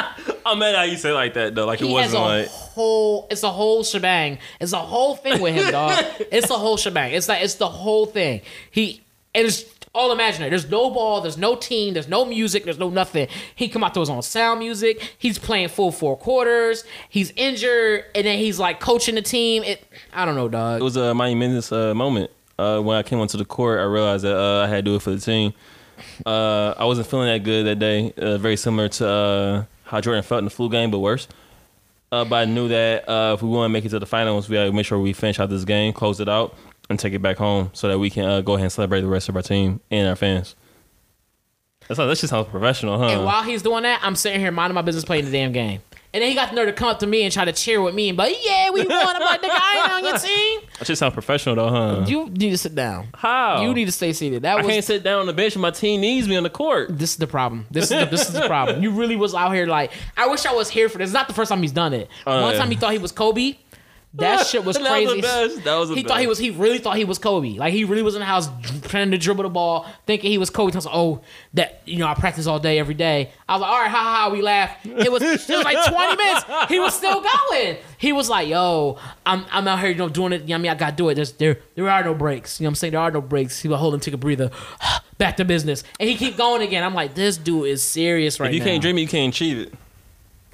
[SPEAKER 2] I'm mad how you say it like that though. Like it
[SPEAKER 1] he has a
[SPEAKER 2] wasn't like
[SPEAKER 1] whole. It's a whole shebang. It's a whole thing with him,
[SPEAKER 2] [LAUGHS]
[SPEAKER 1] dog. It's the whole shebang. It's like it's the whole thing. He and it's all imaginary. There's no ball. There's no team. There's no music. There's no nothing. He come out to his own sound music. He's playing full four quarters. He's injured, and then he's like coaching the team. It. I don't know,
[SPEAKER 2] it
[SPEAKER 1] dog.
[SPEAKER 2] was a monumentous uh, moment. Uh, when I came onto the court, I realized that uh, I had to do it for the team. Uh, I wasn't feeling that good that day. Uh, very similar to uh, how Jordan felt in the flu game, but worse. Uh, but I knew that uh, if we want to make it to the finals, we had to make sure we finish out this game, close it out, and take it back home so that we can uh, go ahead and celebrate the rest of our team and our fans. That's how, that shit sounds professional, huh?
[SPEAKER 1] And while he's doing that, I'm sitting here minding my business playing the damn game. And then he got the nerve to come up to me and try to cheer with me and be like, yeah, we won. I'm like, nigga, I ain't on
[SPEAKER 2] [LAUGHS]
[SPEAKER 1] your team.
[SPEAKER 2] that shit sounds professional, though, huh?
[SPEAKER 1] You need to sit down.
[SPEAKER 2] how?
[SPEAKER 1] You need to stay seated. That
[SPEAKER 2] I
[SPEAKER 1] was
[SPEAKER 2] can't sit down on the bench. My team needs me on the court.
[SPEAKER 1] this is the problem. This is the, this is the problem. You really was out here like I wish I was here for this. It's not the first time he's done it.
[SPEAKER 2] Oh,
[SPEAKER 1] One
[SPEAKER 2] yeah.
[SPEAKER 1] time he thought he was Kobe. [LAUGHS] That shit was
[SPEAKER 2] [LAUGHS] That was
[SPEAKER 1] crazy.
[SPEAKER 2] the best. That was the
[SPEAKER 1] he thought he
[SPEAKER 2] best.
[SPEAKER 1] was. He really thought he was Kobe. Like he really was in the house trying to dribble the ball, thinking he was Kobe. Tells oh that you know I practice all day every day. I was like, all right, ha ha. ha. We laughed. It was it was like
[SPEAKER 2] [LAUGHS]
[SPEAKER 1] twenty minutes. He was still going. He was like, yo, I'm I'm out here you know doing it. You know what I mean, I got to do it. There's, there there are no breaks. You know what I'm saying? There are no breaks. He was holding, take a breather. [SIGHS] Back to business, and he keep going again. I'm like, this dude is serious right
[SPEAKER 2] If you
[SPEAKER 1] now.
[SPEAKER 2] can't dream it, you can't achieve it.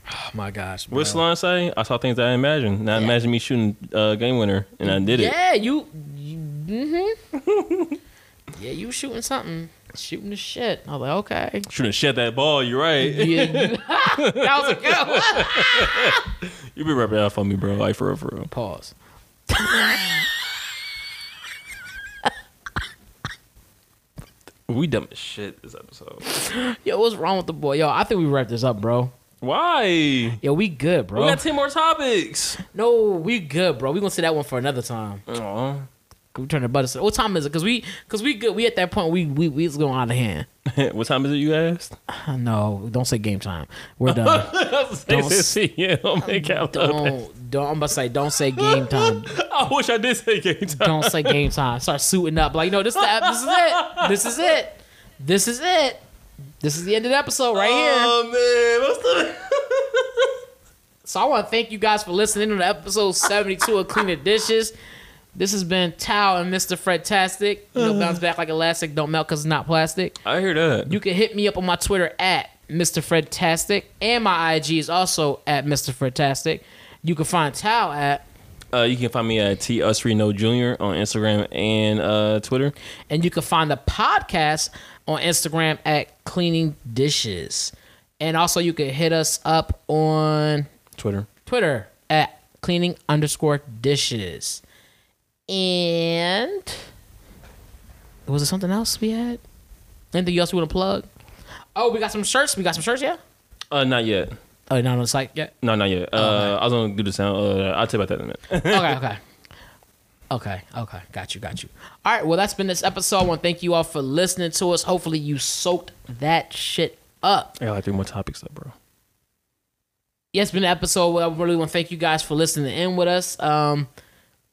[SPEAKER 1] oh my gosh,
[SPEAKER 2] What
[SPEAKER 1] bro.
[SPEAKER 2] Salon say? I saw things that I didn't imagine. Now I imagine me shooting uh, game winner, and I did it.
[SPEAKER 1] Yeah, you. you mm-hmm. [LAUGHS] yeah, you shooting something, shooting the shit. I was like, okay,
[SPEAKER 2] Shouldn't shed that ball. You're right.
[SPEAKER 1] Yeah, [LAUGHS] you- that was a good one.
[SPEAKER 2] [LAUGHS] you be rapping off on me, bro. Like for real, for real.
[SPEAKER 1] Pause.
[SPEAKER 2] We dumb as shit this episode.
[SPEAKER 1] Yo, what's wrong with the boy? Yo, I think we wrap this up, bro.
[SPEAKER 2] Why? We
[SPEAKER 1] Yo, we good, bro.
[SPEAKER 2] got ten more topics.
[SPEAKER 1] no, we good, bro. We gonna say that one for another time.
[SPEAKER 2] Aw. [LAUGHS]
[SPEAKER 1] We turn the butter. What time is it? Cause we, cause we good. We at that point. We we we it's going out of hand. [SIGHS]
[SPEAKER 2] what time is it? You asked. [LAUGHS]
[SPEAKER 1] No, don't say game time. We're done. Don't s-
[SPEAKER 2] yeah, oh my God, I love it.
[SPEAKER 1] don't don't. I'm about to say don't say game time.
[SPEAKER 2] [LAUGHS] I wish I did say game time.
[SPEAKER 1] don't say game time. Start suiting up. Like, no, this is the, this is it. This is it. This is it. This is the end of the episode right here.
[SPEAKER 2] Oh man, what's the? [LAUGHS]
[SPEAKER 1] So I want to thank you guys for listening to episode 72 of Clean the Dishes. This has been Tao and Mr. Fredtastic. You know, bounce back like elastic, don't melt because it's not plastic.
[SPEAKER 2] I hear that.
[SPEAKER 1] You can hit me up on my Twitter at Mr. Fredtastic, and my IG is also at Mr. Fredtastic. You can find Tao at
[SPEAKER 2] Uh, you can find me at T Usrino Jr. on Instagram and uh, Twitter.
[SPEAKER 1] And you can find the podcast on Instagram at Cleaning Dishes. And also, you can hit us up on
[SPEAKER 2] Twitter.
[SPEAKER 1] Twitter at Cleaning underscore Dishes. And was it something else we had? Anything else we want to plug? Oh, we got some shirts. We got some shirts, yeah?
[SPEAKER 2] Uh, not yet.
[SPEAKER 1] Oh, not on the site yet?
[SPEAKER 2] No, not yet. Uh, I was gonna do the sound. Uh, I'll tell you about that in [LAUGHS] a minute.
[SPEAKER 1] okay, okay. Okay, okay. Got you, got you. All right, well, that's been this episode. I want to thank you all for listening to us. Hopefully, you soaked that shit up.
[SPEAKER 2] I got like three more topics up, bro.
[SPEAKER 1] yeah, it's been an episode. where I really want to thank you guys for listening in with us. Um,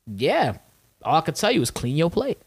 [SPEAKER 1] yeah, all I can tell you is clean your plate.